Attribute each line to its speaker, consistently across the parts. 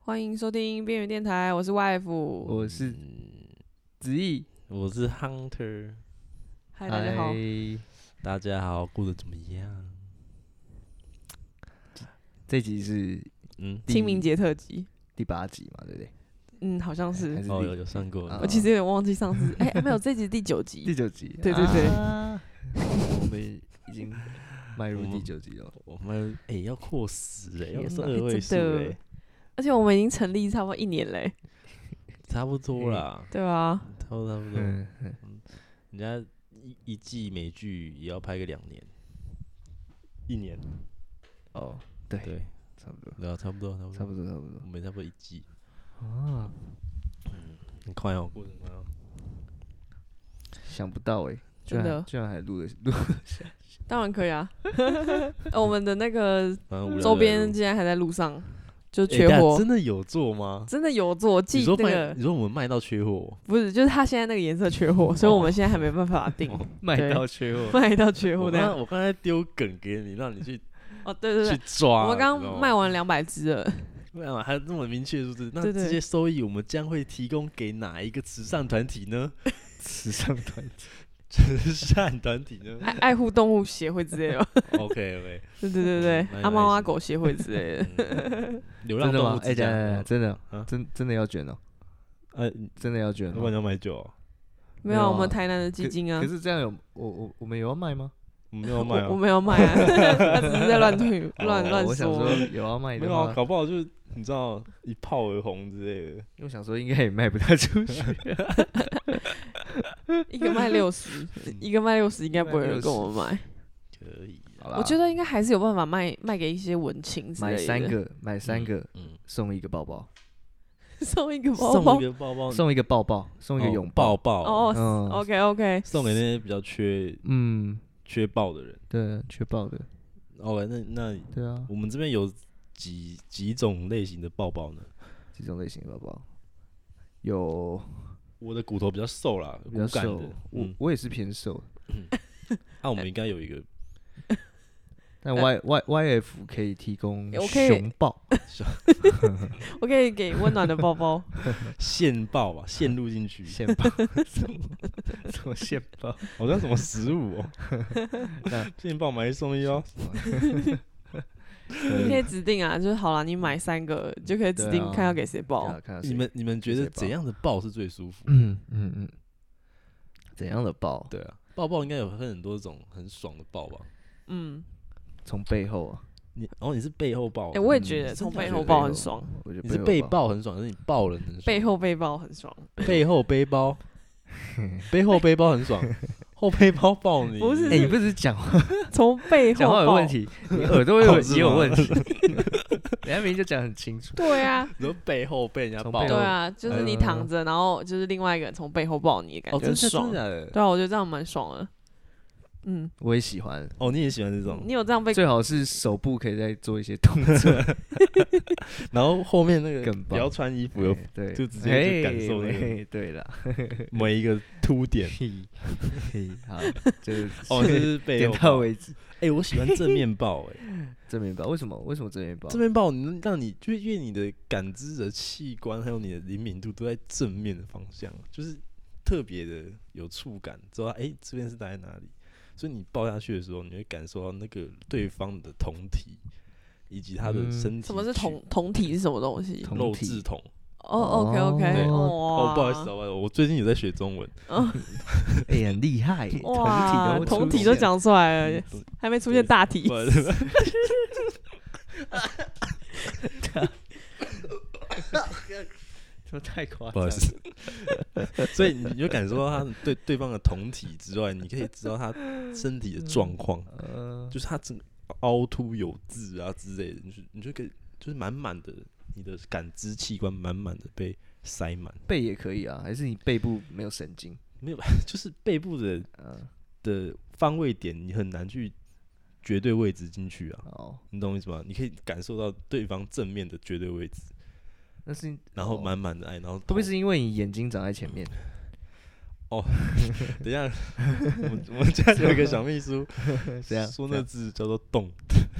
Speaker 1: 欢迎收听边缘电台，我是 wife。
Speaker 2: 我是
Speaker 3: 嗯，
Speaker 2: 子毅，哎
Speaker 3: 我是 Hunter，
Speaker 1: 嗨，大家好
Speaker 2: 嗨。
Speaker 3: 大家好，过得怎么样？
Speaker 2: 这集是
Speaker 3: 嗯，
Speaker 2: 第
Speaker 1: 清明节特辑，
Speaker 2: 第八集嘛，对不对？
Speaker 1: 嗯，好像
Speaker 2: 还
Speaker 1: 是
Speaker 2: 是，
Speaker 3: 哦，
Speaker 2: 第
Speaker 3: 有有上过，
Speaker 2: 啊
Speaker 1: 我其实有点忘记上次，
Speaker 3: 嗯
Speaker 1: 哎，没有，这集是第九
Speaker 2: 第
Speaker 1: 集，
Speaker 2: 九集，
Speaker 1: 对对对
Speaker 2: 啊 我们已经迈入第九集了。
Speaker 3: 我们哎、要扩十哎，
Speaker 1: 天
Speaker 3: 要是
Speaker 1: 哪
Speaker 3: 二位数
Speaker 1: 真的
Speaker 3: 哎、
Speaker 1: 而且我们已经成立差不多一年嘞，
Speaker 3: 差不多啦，
Speaker 1: 对啊吧？
Speaker 3: 差不多差不多，
Speaker 2: 嗯，嗯
Speaker 3: 人家一一季美剧也要拍个两年，一年，
Speaker 2: 哦，对，
Speaker 3: 对，
Speaker 2: 差不多，
Speaker 3: 对啊，差不多差不
Speaker 2: 差
Speaker 3: 多，
Speaker 2: 不多，差不多
Speaker 3: 我。们差不多一季，
Speaker 2: 啊，
Speaker 3: 很快哦，过得很快哦，
Speaker 2: 想不到哎，
Speaker 3: 啊
Speaker 2: 居
Speaker 1: 真的哦
Speaker 2: 然居然还录了录，
Speaker 1: 当然可以 啊。呃我们的那个
Speaker 3: 反正无聊
Speaker 1: 周
Speaker 3: 的
Speaker 1: 边
Speaker 3: 路
Speaker 1: 竟然还在路上，就
Speaker 3: 哎
Speaker 1: 缺
Speaker 3: 等下
Speaker 1: 货，
Speaker 3: 真的有做吗？
Speaker 1: 真的有做，
Speaker 3: 你
Speaker 1: 记
Speaker 3: 说
Speaker 1: 那
Speaker 3: 卖，
Speaker 1: 个
Speaker 3: 你说我们卖到缺货，
Speaker 1: 不是，就是它现在那个颜色缺
Speaker 3: 哦
Speaker 1: 货，所以我们现在还没办法订，
Speaker 2: 卖
Speaker 1: 对
Speaker 2: 到缺货，
Speaker 1: 卖到缺货
Speaker 3: 我
Speaker 1: 的
Speaker 3: 刚
Speaker 1: 样
Speaker 3: 才
Speaker 1: 子。
Speaker 3: 我刚才丢梗给你，让你去
Speaker 1: 哦， 对对
Speaker 3: 去
Speaker 1: 对，
Speaker 3: 抓。
Speaker 1: 我们刚
Speaker 3: 你知道
Speaker 1: 刚
Speaker 3: 吗
Speaker 1: 卖，完两百只了，
Speaker 3: 没有，啊还有这么明确的数字，那
Speaker 1: 对对
Speaker 3: 这些收益我们将会提供给哪一个慈善团体 呢？
Speaker 2: 慈善团体。
Speaker 3: 慈善团体呢
Speaker 1: 爱爱护动物协会之类的。
Speaker 3: ？OK OK，
Speaker 1: 对对对对
Speaker 3: 蛮，有
Speaker 1: 阿猫
Speaker 3: 爱
Speaker 1: 阿
Speaker 3: 心
Speaker 1: 狗协会之类 的。
Speaker 3: 嗯 流浪
Speaker 2: 真的
Speaker 3: 动
Speaker 2: 吗
Speaker 3: 物？
Speaker 2: 哎，
Speaker 3: 之
Speaker 2: 等
Speaker 3: 家
Speaker 2: 一下等一下，
Speaker 3: 嗯
Speaker 2: 真的
Speaker 3: 啊，
Speaker 2: 真真的要卷哦，
Speaker 3: 呃，
Speaker 2: 真的要卷
Speaker 3: 老
Speaker 2: 哦。
Speaker 3: 板要买酒哦，
Speaker 1: 没
Speaker 2: 没有
Speaker 1: 有，
Speaker 2: 啊
Speaker 1: 我们台南的基
Speaker 2: 可
Speaker 1: 金啊
Speaker 2: 可，是这样有我我我们有要卖吗？
Speaker 3: 我 们要卖
Speaker 1: 我我
Speaker 3: 哦，
Speaker 1: 没有卖 啊，他只是在乱推乱
Speaker 3: 哦
Speaker 1: 乱
Speaker 2: 我想说
Speaker 1: 说。
Speaker 2: 有要卖的
Speaker 3: 没有啊，
Speaker 2: 吗？
Speaker 3: 搞不好就是你知道一炮而红之类的，
Speaker 2: 因为我想说应该也卖不太出去。
Speaker 1: 一个卖六十，
Speaker 2: 嗯
Speaker 1: 一个卖六十，应该不会有人跟我们买。
Speaker 3: 可以啊。
Speaker 2: 好啦
Speaker 1: 我觉得应该还是有办法卖卖给一些文青之类
Speaker 2: 买
Speaker 1: 的。
Speaker 2: 三个，买三个
Speaker 3: 嗯，
Speaker 2: 送一个抱抱，
Speaker 1: 送一个包
Speaker 3: 送
Speaker 1: 包
Speaker 3: 一。个包包，
Speaker 2: 送一个抱抱，送一个
Speaker 3: 哦
Speaker 2: 拥
Speaker 3: 抱
Speaker 2: 抱。
Speaker 3: 抱，
Speaker 1: 哦
Speaker 2: 嗯
Speaker 1: ，OK OK，
Speaker 3: 送给那些比较缺
Speaker 2: 嗯，
Speaker 3: 缺抱的人。
Speaker 2: 对，缺抱的，
Speaker 3: 哦，那那
Speaker 2: 对啊，
Speaker 3: 我们这边有几几种类型的抱抱呢？
Speaker 2: 这种类型的抱抱有
Speaker 3: 我的骨头比较瘦啦，
Speaker 2: 比较
Speaker 3: 骨感
Speaker 2: 瘦
Speaker 3: 的，，
Speaker 2: 我哎
Speaker 3: 嗯，
Speaker 2: 我也是偏瘦，
Speaker 3: 那、我们应该有一个
Speaker 2: 但
Speaker 1: 呃
Speaker 2: Y Y Y F 可以提供
Speaker 1: 我可以
Speaker 2: 熊 抱，
Speaker 1: 我可以给温暖的包 包。
Speaker 3: 线抱吧，线入进去，
Speaker 2: 线抱， 什么什么线抱？
Speaker 3: 好像什么食物哦、
Speaker 2: 那
Speaker 3: 线抱买一送一哦、
Speaker 1: 你可
Speaker 2: 可
Speaker 1: 以指定啊，就是好了，你买三个就可以指
Speaker 2: 对
Speaker 1: 定
Speaker 2: 啊
Speaker 1: 看要给谁包
Speaker 2: 看到。看到
Speaker 3: 你
Speaker 2: 谁
Speaker 3: 们你们觉得
Speaker 2: 谁抱
Speaker 3: 怎样的抱是最舒服？
Speaker 2: 嗯嗯嗯，怎样的抱？
Speaker 3: 对啊，抱抱应该有分很多种很爽的抱吧？
Speaker 1: 嗯，
Speaker 2: 从背后啊，
Speaker 3: 你哦，你是背后抱、
Speaker 1: 哎，我也
Speaker 2: 嗯
Speaker 1: 觉得
Speaker 3: 真
Speaker 1: 从
Speaker 3: 的
Speaker 1: 背
Speaker 3: 假
Speaker 1: 后
Speaker 3: 的
Speaker 1: 包很爽，
Speaker 2: 我觉得
Speaker 3: 你是被
Speaker 2: 抱，
Speaker 3: 抱很爽，还是你抱人很爽？
Speaker 1: 背后背包很爽。
Speaker 3: 背后背 包，背后背包很爽，后背包抱你
Speaker 1: 不是
Speaker 2: 哎，你不是讲 话
Speaker 1: 从背后
Speaker 2: 讲话有
Speaker 1: 抱
Speaker 2: 问。题，你耳 朵有
Speaker 3: 哦是
Speaker 2: 也有
Speaker 3: 吗
Speaker 2: 问题， 人家明明就讲很清楚，
Speaker 1: 对啊，
Speaker 3: 你说背后被人家
Speaker 2: 从
Speaker 3: 抱
Speaker 2: 背
Speaker 1: 对
Speaker 2: 后
Speaker 1: 啊，就是你
Speaker 2: 嗯
Speaker 1: 躺着，然后就是另外一个人从背后抱你，感
Speaker 3: 哦，
Speaker 1: 觉
Speaker 3: 真
Speaker 1: 很
Speaker 3: 的
Speaker 1: 爽
Speaker 3: 真的。假的？
Speaker 1: 对啊，我觉得这样蛮爽的。嗯，
Speaker 2: 我也喜欢，
Speaker 3: 哦，你也喜欢这种？
Speaker 1: 你有这样被
Speaker 2: 最好是手部可以再做一些动作，
Speaker 3: 然后后面那个
Speaker 2: 更
Speaker 3: 不
Speaker 2: 棒
Speaker 3: 要穿衣服，有
Speaker 2: 对哎对，
Speaker 3: 就直接就感
Speaker 2: 嘿
Speaker 3: 受那个
Speaker 2: 嘿对了，
Speaker 3: 每一个凸 点。
Speaker 2: 嘿，嘿，好，就是
Speaker 3: 哦，这 是背
Speaker 2: 点
Speaker 3: 后
Speaker 2: 到
Speaker 3: 抱。
Speaker 2: 为止。
Speaker 3: 哎、我喜欢正面 抱、哎，
Speaker 2: 正面包为什么？为什么正面包？
Speaker 3: 正面抱能让你，就是因为你的感知的器官还有你的灵敏度都在正面的方向，就是特别的有触感，知道哎、这边是打在哪里，所以你抱下去的时候，你会感受到那个对方的酮体以及他的
Speaker 2: 嗯
Speaker 3: 身体、
Speaker 1: 什么是同？同体是什么东西？
Speaker 2: 同
Speaker 3: 肉
Speaker 2: 体
Speaker 3: 质酮。
Speaker 1: 哦，OK
Speaker 3: 对
Speaker 1: OK，
Speaker 3: 哦，
Speaker 1: 哦
Speaker 3: 不好意思，哦，不好意思我最近有在学中文。
Speaker 2: 哎、很厉害，
Speaker 1: 哇，
Speaker 2: 同体都
Speaker 1: 同
Speaker 2: 出
Speaker 1: 体都
Speaker 2: 现，
Speaker 1: 讲出来了，
Speaker 3: 嗯
Speaker 1: 还没出现大体
Speaker 3: 不。好意思
Speaker 2: 这太夸
Speaker 3: 不好
Speaker 2: 张
Speaker 3: 意
Speaker 2: 了。
Speaker 3: 思。 所以你就感受到他的对对方的酮体之外，你可以知道他身体的状况，
Speaker 2: 呃，
Speaker 3: 就是他整凹凸有致啊之类的，你就你就可以就是满满的你的感知器官满满的被塞满，
Speaker 2: 背也可以啊，还是你背部没有神经？
Speaker 3: 就是背部的
Speaker 2: 呃，
Speaker 3: 的方位点你很难去绝对位置进去啊，
Speaker 2: 哦，
Speaker 3: 你懂我意思吗？你可以感受到对方正面的绝对位置，
Speaker 2: 那是
Speaker 3: 然后
Speaker 2: 哦
Speaker 3: 满满的爱，然后
Speaker 2: 会不会
Speaker 3: 同
Speaker 2: 是因为你眼睛长在前面？
Speaker 3: 等一下，我们我们 家有一个小秘书
Speaker 2: 这样
Speaker 3: 哦说
Speaker 2: 这
Speaker 3: 那
Speaker 2: 样
Speaker 3: 字叫做动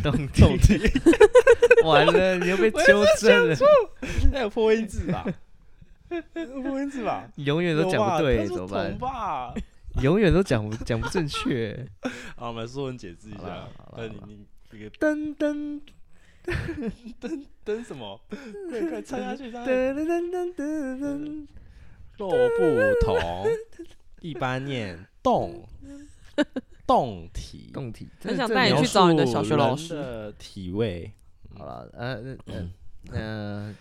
Speaker 2: 动
Speaker 3: 动体。
Speaker 2: 完了，你又被纠正了，
Speaker 3: 那有破音字吧？有破音字吧？
Speaker 2: 你永远都
Speaker 3: 有
Speaker 2: 讲
Speaker 3: 吧
Speaker 2: 不对，
Speaker 3: 他
Speaker 2: 怎
Speaker 3: 说
Speaker 2: 么办
Speaker 3: 桶？吧？
Speaker 2: 你永远都讲不讲不正确。
Speaker 3: 好，我们来说文解字一
Speaker 2: 好
Speaker 3: 下
Speaker 2: 啦好。
Speaker 3: 那
Speaker 2: 啦
Speaker 3: 你
Speaker 2: 好啦
Speaker 3: 你这个
Speaker 2: 噔 噔
Speaker 3: 登什 么？快快唱下去，唱
Speaker 2: 噔
Speaker 3: 下 去。
Speaker 2: 噔噔噔噔
Speaker 3: 若不同，一般念动，动体
Speaker 2: 噔，，动体。
Speaker 1: 很想
Speaker 2: 这
Speaker 1: 带你
Speaker 2: 描
Speaker 1: 去
Speaker 2: 述
Speaker 1: 找你的小学老师
Speaker 3: 的体位。
Speaker 2: 好了，呃，那那那，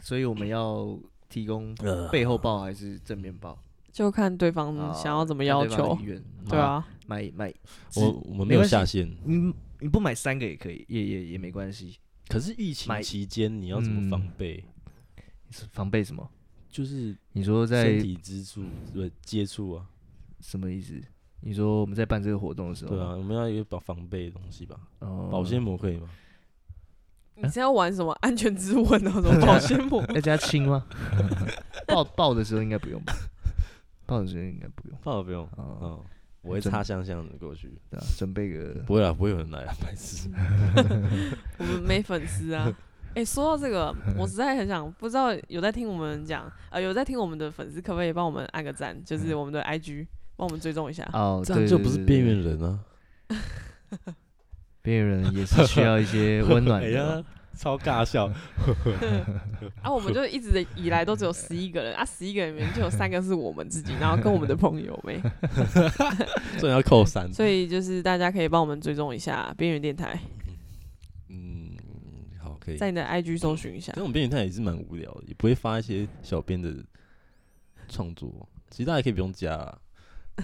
Speaker 2: 所以我们要提供
Speaker 3: 呃
Speaker 2: 背后报还是正面报？
Speaker 1: 就看对方
Speaker 2: 啊
Speaker 1: 嗯想要怎么
Speaker 2: 看
Speaker 1: 要
Speaker 2: 对方的
Speaker 1: 求
Speaker 2: 意，愿
Speaker 1: 对，啊，
Speaker 2: 买买，
Speaker 3: 我我们
Speaker 2: 没
Speaker 3: 没有
Speaker 2: 关系
Speaker 3: 下线，
Speaker 2: 你你不买三个也可以，也也也没关系。
Speaker 3: 可是疫情
Speaker 2: 买
Speaker 3: 期间你要怎么防
Speaker 2: 嗯
Speaker 3: 备？
Speaker 2: 是防备什么？
Speaker 3: 就是
Speaker 2: 你说
Speaker 3: 身
Speaker 2: 在
Speaker 3: 体接触，对接触啊，
Speaker 2: 什么意思？你说我们在办这个活动的时候，
Speaker 3: 对啊，嗯我们要有一个防备的东西吧。
Speaker 2: 哦，
Speaker 3: 保鲜膜可以吗？
Speaker 1: 你是要玩什么安全之吻啊，什么保鲜膜？
Speaker 2: 要加亲 吗？抱抱的时候应该不用吧？抱的时候应该不用
Speaker 3: 放了不用，
Speaker 2: 哦，
Speaker 3: 嗯，我会
Speaker 2: 准
Speaker 3: 擦香香的过去。
Speaker 2: 对啊，准备个
Speaker 3: 不会啊，不会有人来啊，白痴。
Speaker 1: 我们没粉丝啊。哎、说到这个，我实在很想，不知道有在听我们讲，呃，有在听我们的粉丝，可不可以帮我们按个赞？就是我们的 IG，帮我们追踪一下。
Speaker 2: 哦，
Speaker 3: 这样
Speaker 2: 对
Speaker 3: 就
Speaker 2: 对
Speaker 3: 不是
Speaker 2: 对
Speaker 3: 边
Speaker 2: 对
Speaker 3: 缘人啊。
Speaker 2: 边缘人也是需要一 些温暖
Speaker 3: 哎
Speaker 2: 的
Speaker 3: 呀
Speaker 2: 嘛。，
Speaker 3: 超尬 笑。
Speaker 1: 啊，我们就一直以来都只有十一个人，啊，十一个人里面就有三个是我们自己，然后跟我们的朋友没，
Speaker 3: 这要扣三。
Speaker 1: 所以就是大家可以帮我们追踪一下边缘电台，
Speaker 3: 嗯，好，可以。
Speaker 1: 在你的 IG 搜寻一下
Speaker 3: 其实。我们边缘态也是蛮无聊的，也不会发一些小编的创作。其实大家可以不用加啦，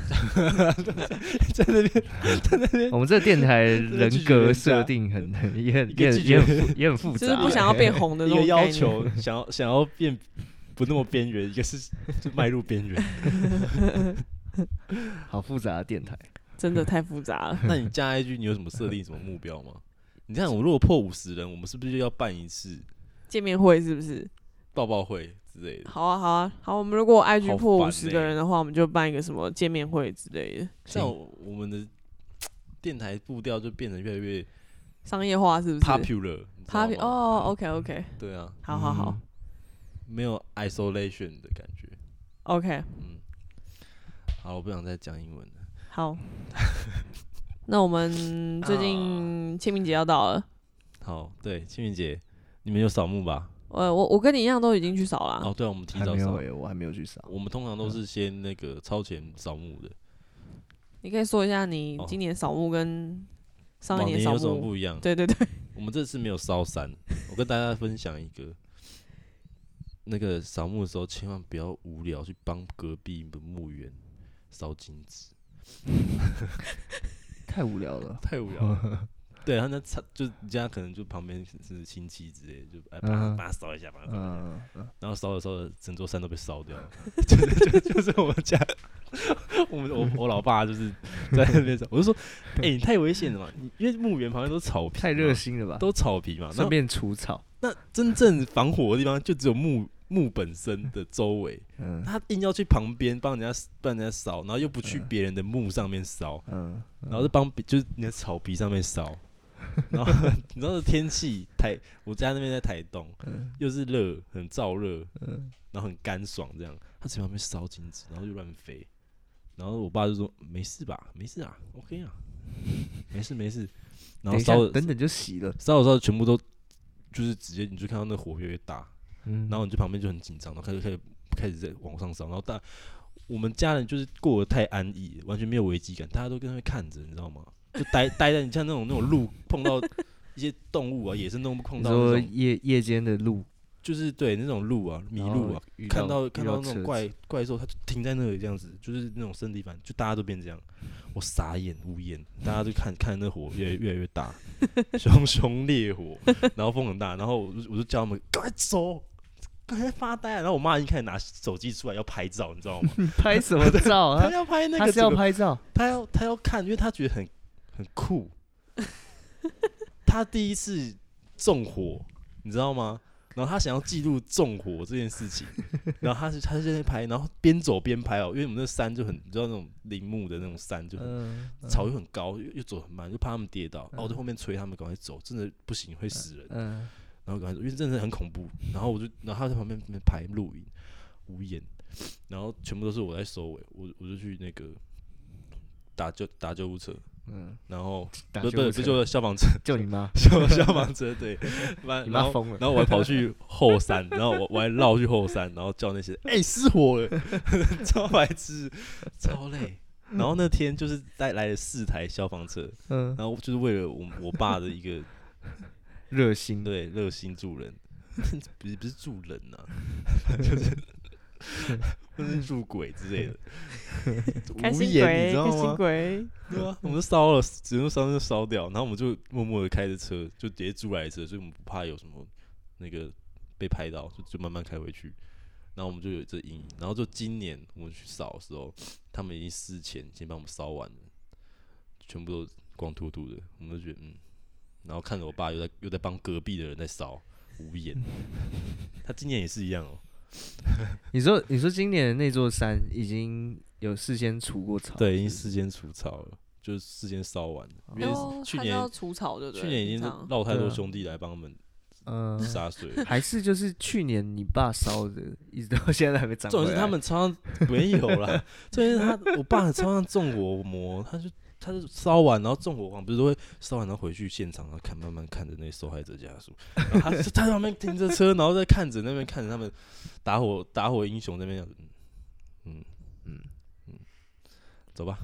Speaker 3: 在那边
Speaker 2: 我们这个电 台人
Speaker 3: 拒绝人
Speaker 2: 格
Speaker 3: 家
Speaker 2: 设定很很也很
Speaker 3: 一个
Speaker 2: 也
Speaker 3: 拒
Speaker 2: 很也很
Speaker 3: 绝
Speaker 2: 复也很复
Speaker 1: 就
Speaker 2: 杂，
Speaker 1: 是不想要变红的
Speaker 3: 一
Speaker 1: 那种
Speaker 3: 个
Speaker 1: 概
Speaker 3: 要
Speaker 1: 念
Speaker 3: 求，想要想要变不那么边缘，一个是就迈入边缘。
Speaker 2: 好复杂的电台。
Speaker 1: 真的太复杂 了。
Speaker 3: 那你加 IG 你有什么设定什么目标吗？你看，我如果破五十人，我们是不是就要办一次
Speaker 1: 见面会是不是？
Speaker 3: 抱抱会之类的？
Speaker 1: 好啊，好啊，好。我们如果 IG
Speaker 3: 好
Speaker 1: 破
Speaker 3: 烦
Speaker 1: 五十个
Speaker 3: 欸
Speaker 1: 人的话，我们就办一个什么见面会之类的，
Speaker 3: 像我我们的电台步调就变得越来越
Speaker 1: 商业化是不是
Speaker 3: popular，你知道
Speaker 1: Popu-
Speaker 3: 吗
Speaker 1: 哦，OK OK，
Speaker 3: 对啊，
Speaker 1: 好好好、
Speaker 3: 没有 isolation 的感觉。
Speaker 1: o k
Speaker 3: 嗯，好，我不想再讲英文了。
Speaker 1: 好。那我们最近清明节要到 了，
Speaker 3: 好，对，清明节你们有扫墓吧？
Speaker 1: 呃，我我跟你一样都已经去扫了
Speaker 3: 哦，，对啊、我们提
Speaker 2: 还
Speaker 3: 早
Speaker 2: 没有
Speaker 3: 扫。
Speaker 2: 欸我还没有去扫。
Speaker 3: 我们通常都是先那个超前扫墓的，
Speaker 1: 你可以说一下你
Speaker 3: 哦
Speaker 1: 今年扫墓跟上一
Speaker 3: 往年
Speaker 1: 扫
Speaker 3: 有什么
Speaker 1: 墓，
Speaker 3: 不一样？
Speaker 1: 对对对，
Speaker 3: 我们这次没有烧山，我跟大家分享一个，那个扫墓的时候千万不要无聊去帮隔壁的墓园烧金纸，
Speaker 2: 太无聊了。
Speaker 3: 太无聊了。 对，他那插就是人家可能就旁边是亲戚之类的，就哎把它
Speaker 2: 嗯
Speaker 3: 把它烧一下，把它烧一下。
Speaker 2: 嗯，
Speaker 3: 然后烧着烧着，整座山都被烧 掉了，就是就就是我们家， 我们我我老爸就是在那边烧，我就说，哎、你太危险了嘛，你因为墓园旁边都是草皮，
Speaker 2: 太热，心了吧？
Speaker 3: 啊都草皮嘛，
Speaker 2: 顺
Speaker 3: 那
Speaker 2: 便除草。
Speaker 3: 那真正防火的地方就只有墓墓本身的周围，
Speaker 2: 嗯
Speaker 3: 他硬要去旁边帮人家帮人家烧，然后又不去别人的墓上面烧，
Speaker 2: 嗯，
Speaker 3: 然后就帮别就是你的草皮上 面烧，然后你知道天气台，我家那边在台东，
Speaker 2: 嗯
Speaker 3: 又是热，很燥热，然后很干爽这样，他在旁边烧金纸，然后就乱飞，然后我爸就说没事吧，没事啊，OK 啊，没事没事，然后
Speaker 2: 等一下
Speaker 3: 烧的
Speaker 2: 等等就洗了。
Speaker 3: 烧的时候全部都就是直接你就看到那火越来越大，
Speaker 2: 嗯，
Speaker 3: 然后你就旁边就很紧张，然后开始开始开始在往上烧，然后大我们家人就是过得太安逸，完全没有危机感，大家都跟他们看着，你知道吗？就待待在你像那种那种路碰到一些动物啊，野生动物碰
Speaker 2: 你
Speaker 3: 到
Speaker 2: 说
Speaker 3: 那种
Speaker 2: 夜夜间的路
Speaker 3: 就是对那种路啊迷
Speaker 2: 然
Speaker 3: 路
Speaker 2: 后
Speaker 3: 啊，
Speaker 2: 遇
Speaker 3: 看到
Speaker 2: 遇
Speaker 3: 看到那
Speaker 2: 车子
Speaker 3: 种怪怪兽，它就停在那里这样子，就是那种身体反，就大家都变这样，我傻眼无言，大家就看看那火越来越来越 大，熊熊烈火，然后风很大，然后我就我就叫他们赶快走，赶快发呆啊、然后我妈已经开始拿手机出来要拍照，你知道吗？
Speaker 2: 拍什 么照
Speaker 3: 她
Speaker 2: 啊？
Speaker 3: 要拍那
Speaker 2: 他
Speaker 3: 个
Speaker 2: 是要
Speaker 3: 整个，
Speaker 2: 拍照，
Speaker 3: 她要她要看，因为她觉得很很 酷，她第一次纵火，你知道吗？然后他想要记录纵火这件事情，然后他是他就在那拍，然后边走边拍哦，因为我们那山就很，你知道那种林木的那种山就很
Speaker 2: 嗯，
Speaker 3: 草又很高，又又走很慢，就怕他们跌倒。哦然后我
Speaker 2: 嗯
Speaker 3: 在后面催他们赶快走，真的不行会死人。
Speaker 2: 嗯，
Speaker 3: 然后赶快走，因为真的很恐怖。然后我就，然后他在旁边边拍录影，无言。然后全部都是我在收尾，我我就去那个打救打救护车，
Speaker 2: 嗯，
Speaker 3: 然后
Speaker 2: 打
Speaker 3: 不
Speaker 2: 救
Speaker 3: 不
Speaker 2: 护
Speaker 3: 不
Speaker 2: 车
Speaker 3: 救消防车，
Speaker 2: 救你妈，
Speaker 3: 消消防车对，完
Speaker 2: 你
Speaker 3: 然
Speaker 2: 妈
Speaker 3: 后
Speaker 2: 疯了，
Speaker 3: 然后我还跑去后山，然后我我还绕去后山，然后叫那些哎、失火了， 超白痴，超累。然后那天就是带来了四台消防车，
Speaker 2: 嗯，
Speaker 3: 然后就是为了我我爸的一个
Speaker 2: 热心，
Speaker 3: 对，热心助人，不是不是助人 呐、就是 或是助鬼之类的，
Speaker 1: 开
Speaker 3: 无
Speaker 1: 心
Speaker 3: 言
Speaker 1: 鬼，
Speaker 3: 你
Speaker 1: 开
Speaker 3: 知道
Speaker 1: 心
Speaker 3: 吗？
Speaker 1: 鬼，
Speaker 3: 对啊，我们就烧了，只能烧就烧掉，然后我们就默默的开着车，就直接租来的车，所以我们不怕有什么那个被拍到，就就慢慢开回去。然后我们就有这阴影，然后就今年我们去扫的时候，他们已经事前先帮我们烧完了，全部都光秃秃的，我们就觉得嗯，然后看着我爸又在又在帮隔壁的人在烧，无言。他今年也是一样哦，
Speaker 2: 你说你说今年的那座山已经有事先除过草，
Speaker 3: 对，已经
Speaker 2: 是
Speaker 3: 事先除草了，就是事先烧完了，因
Speaker 1: 哦
Speaker 3: 为去
Speaker 1: 他
Speaker 3: 年
Speaker 1: 要除草对不对？
Speaker 3: 去年已经
Speaker 1: 这样
Speaker 3: 绕太多
Speaker 2: 对啊
Speaker 3: 兄弟来帮我们
Speaker 2: 嗯，
Speaker 3: 洒水。
Speaker 2: 还是就是去年你爸烧的，一直到现在还没长回
Speaker 3: 重
Speaker 2: 来。
Speaker 3: 点是他们超像没有啦，重点是他我爸超像纵火魔，他就他就烧完然后纵火狂不是都会烧完然后回去现场然后看慢慢看着那些受害者家属，然后他就他在旁边停着车，然后在看着那边看着他们打火打火英雄那边这样子，嗯嗯嗯，走吧。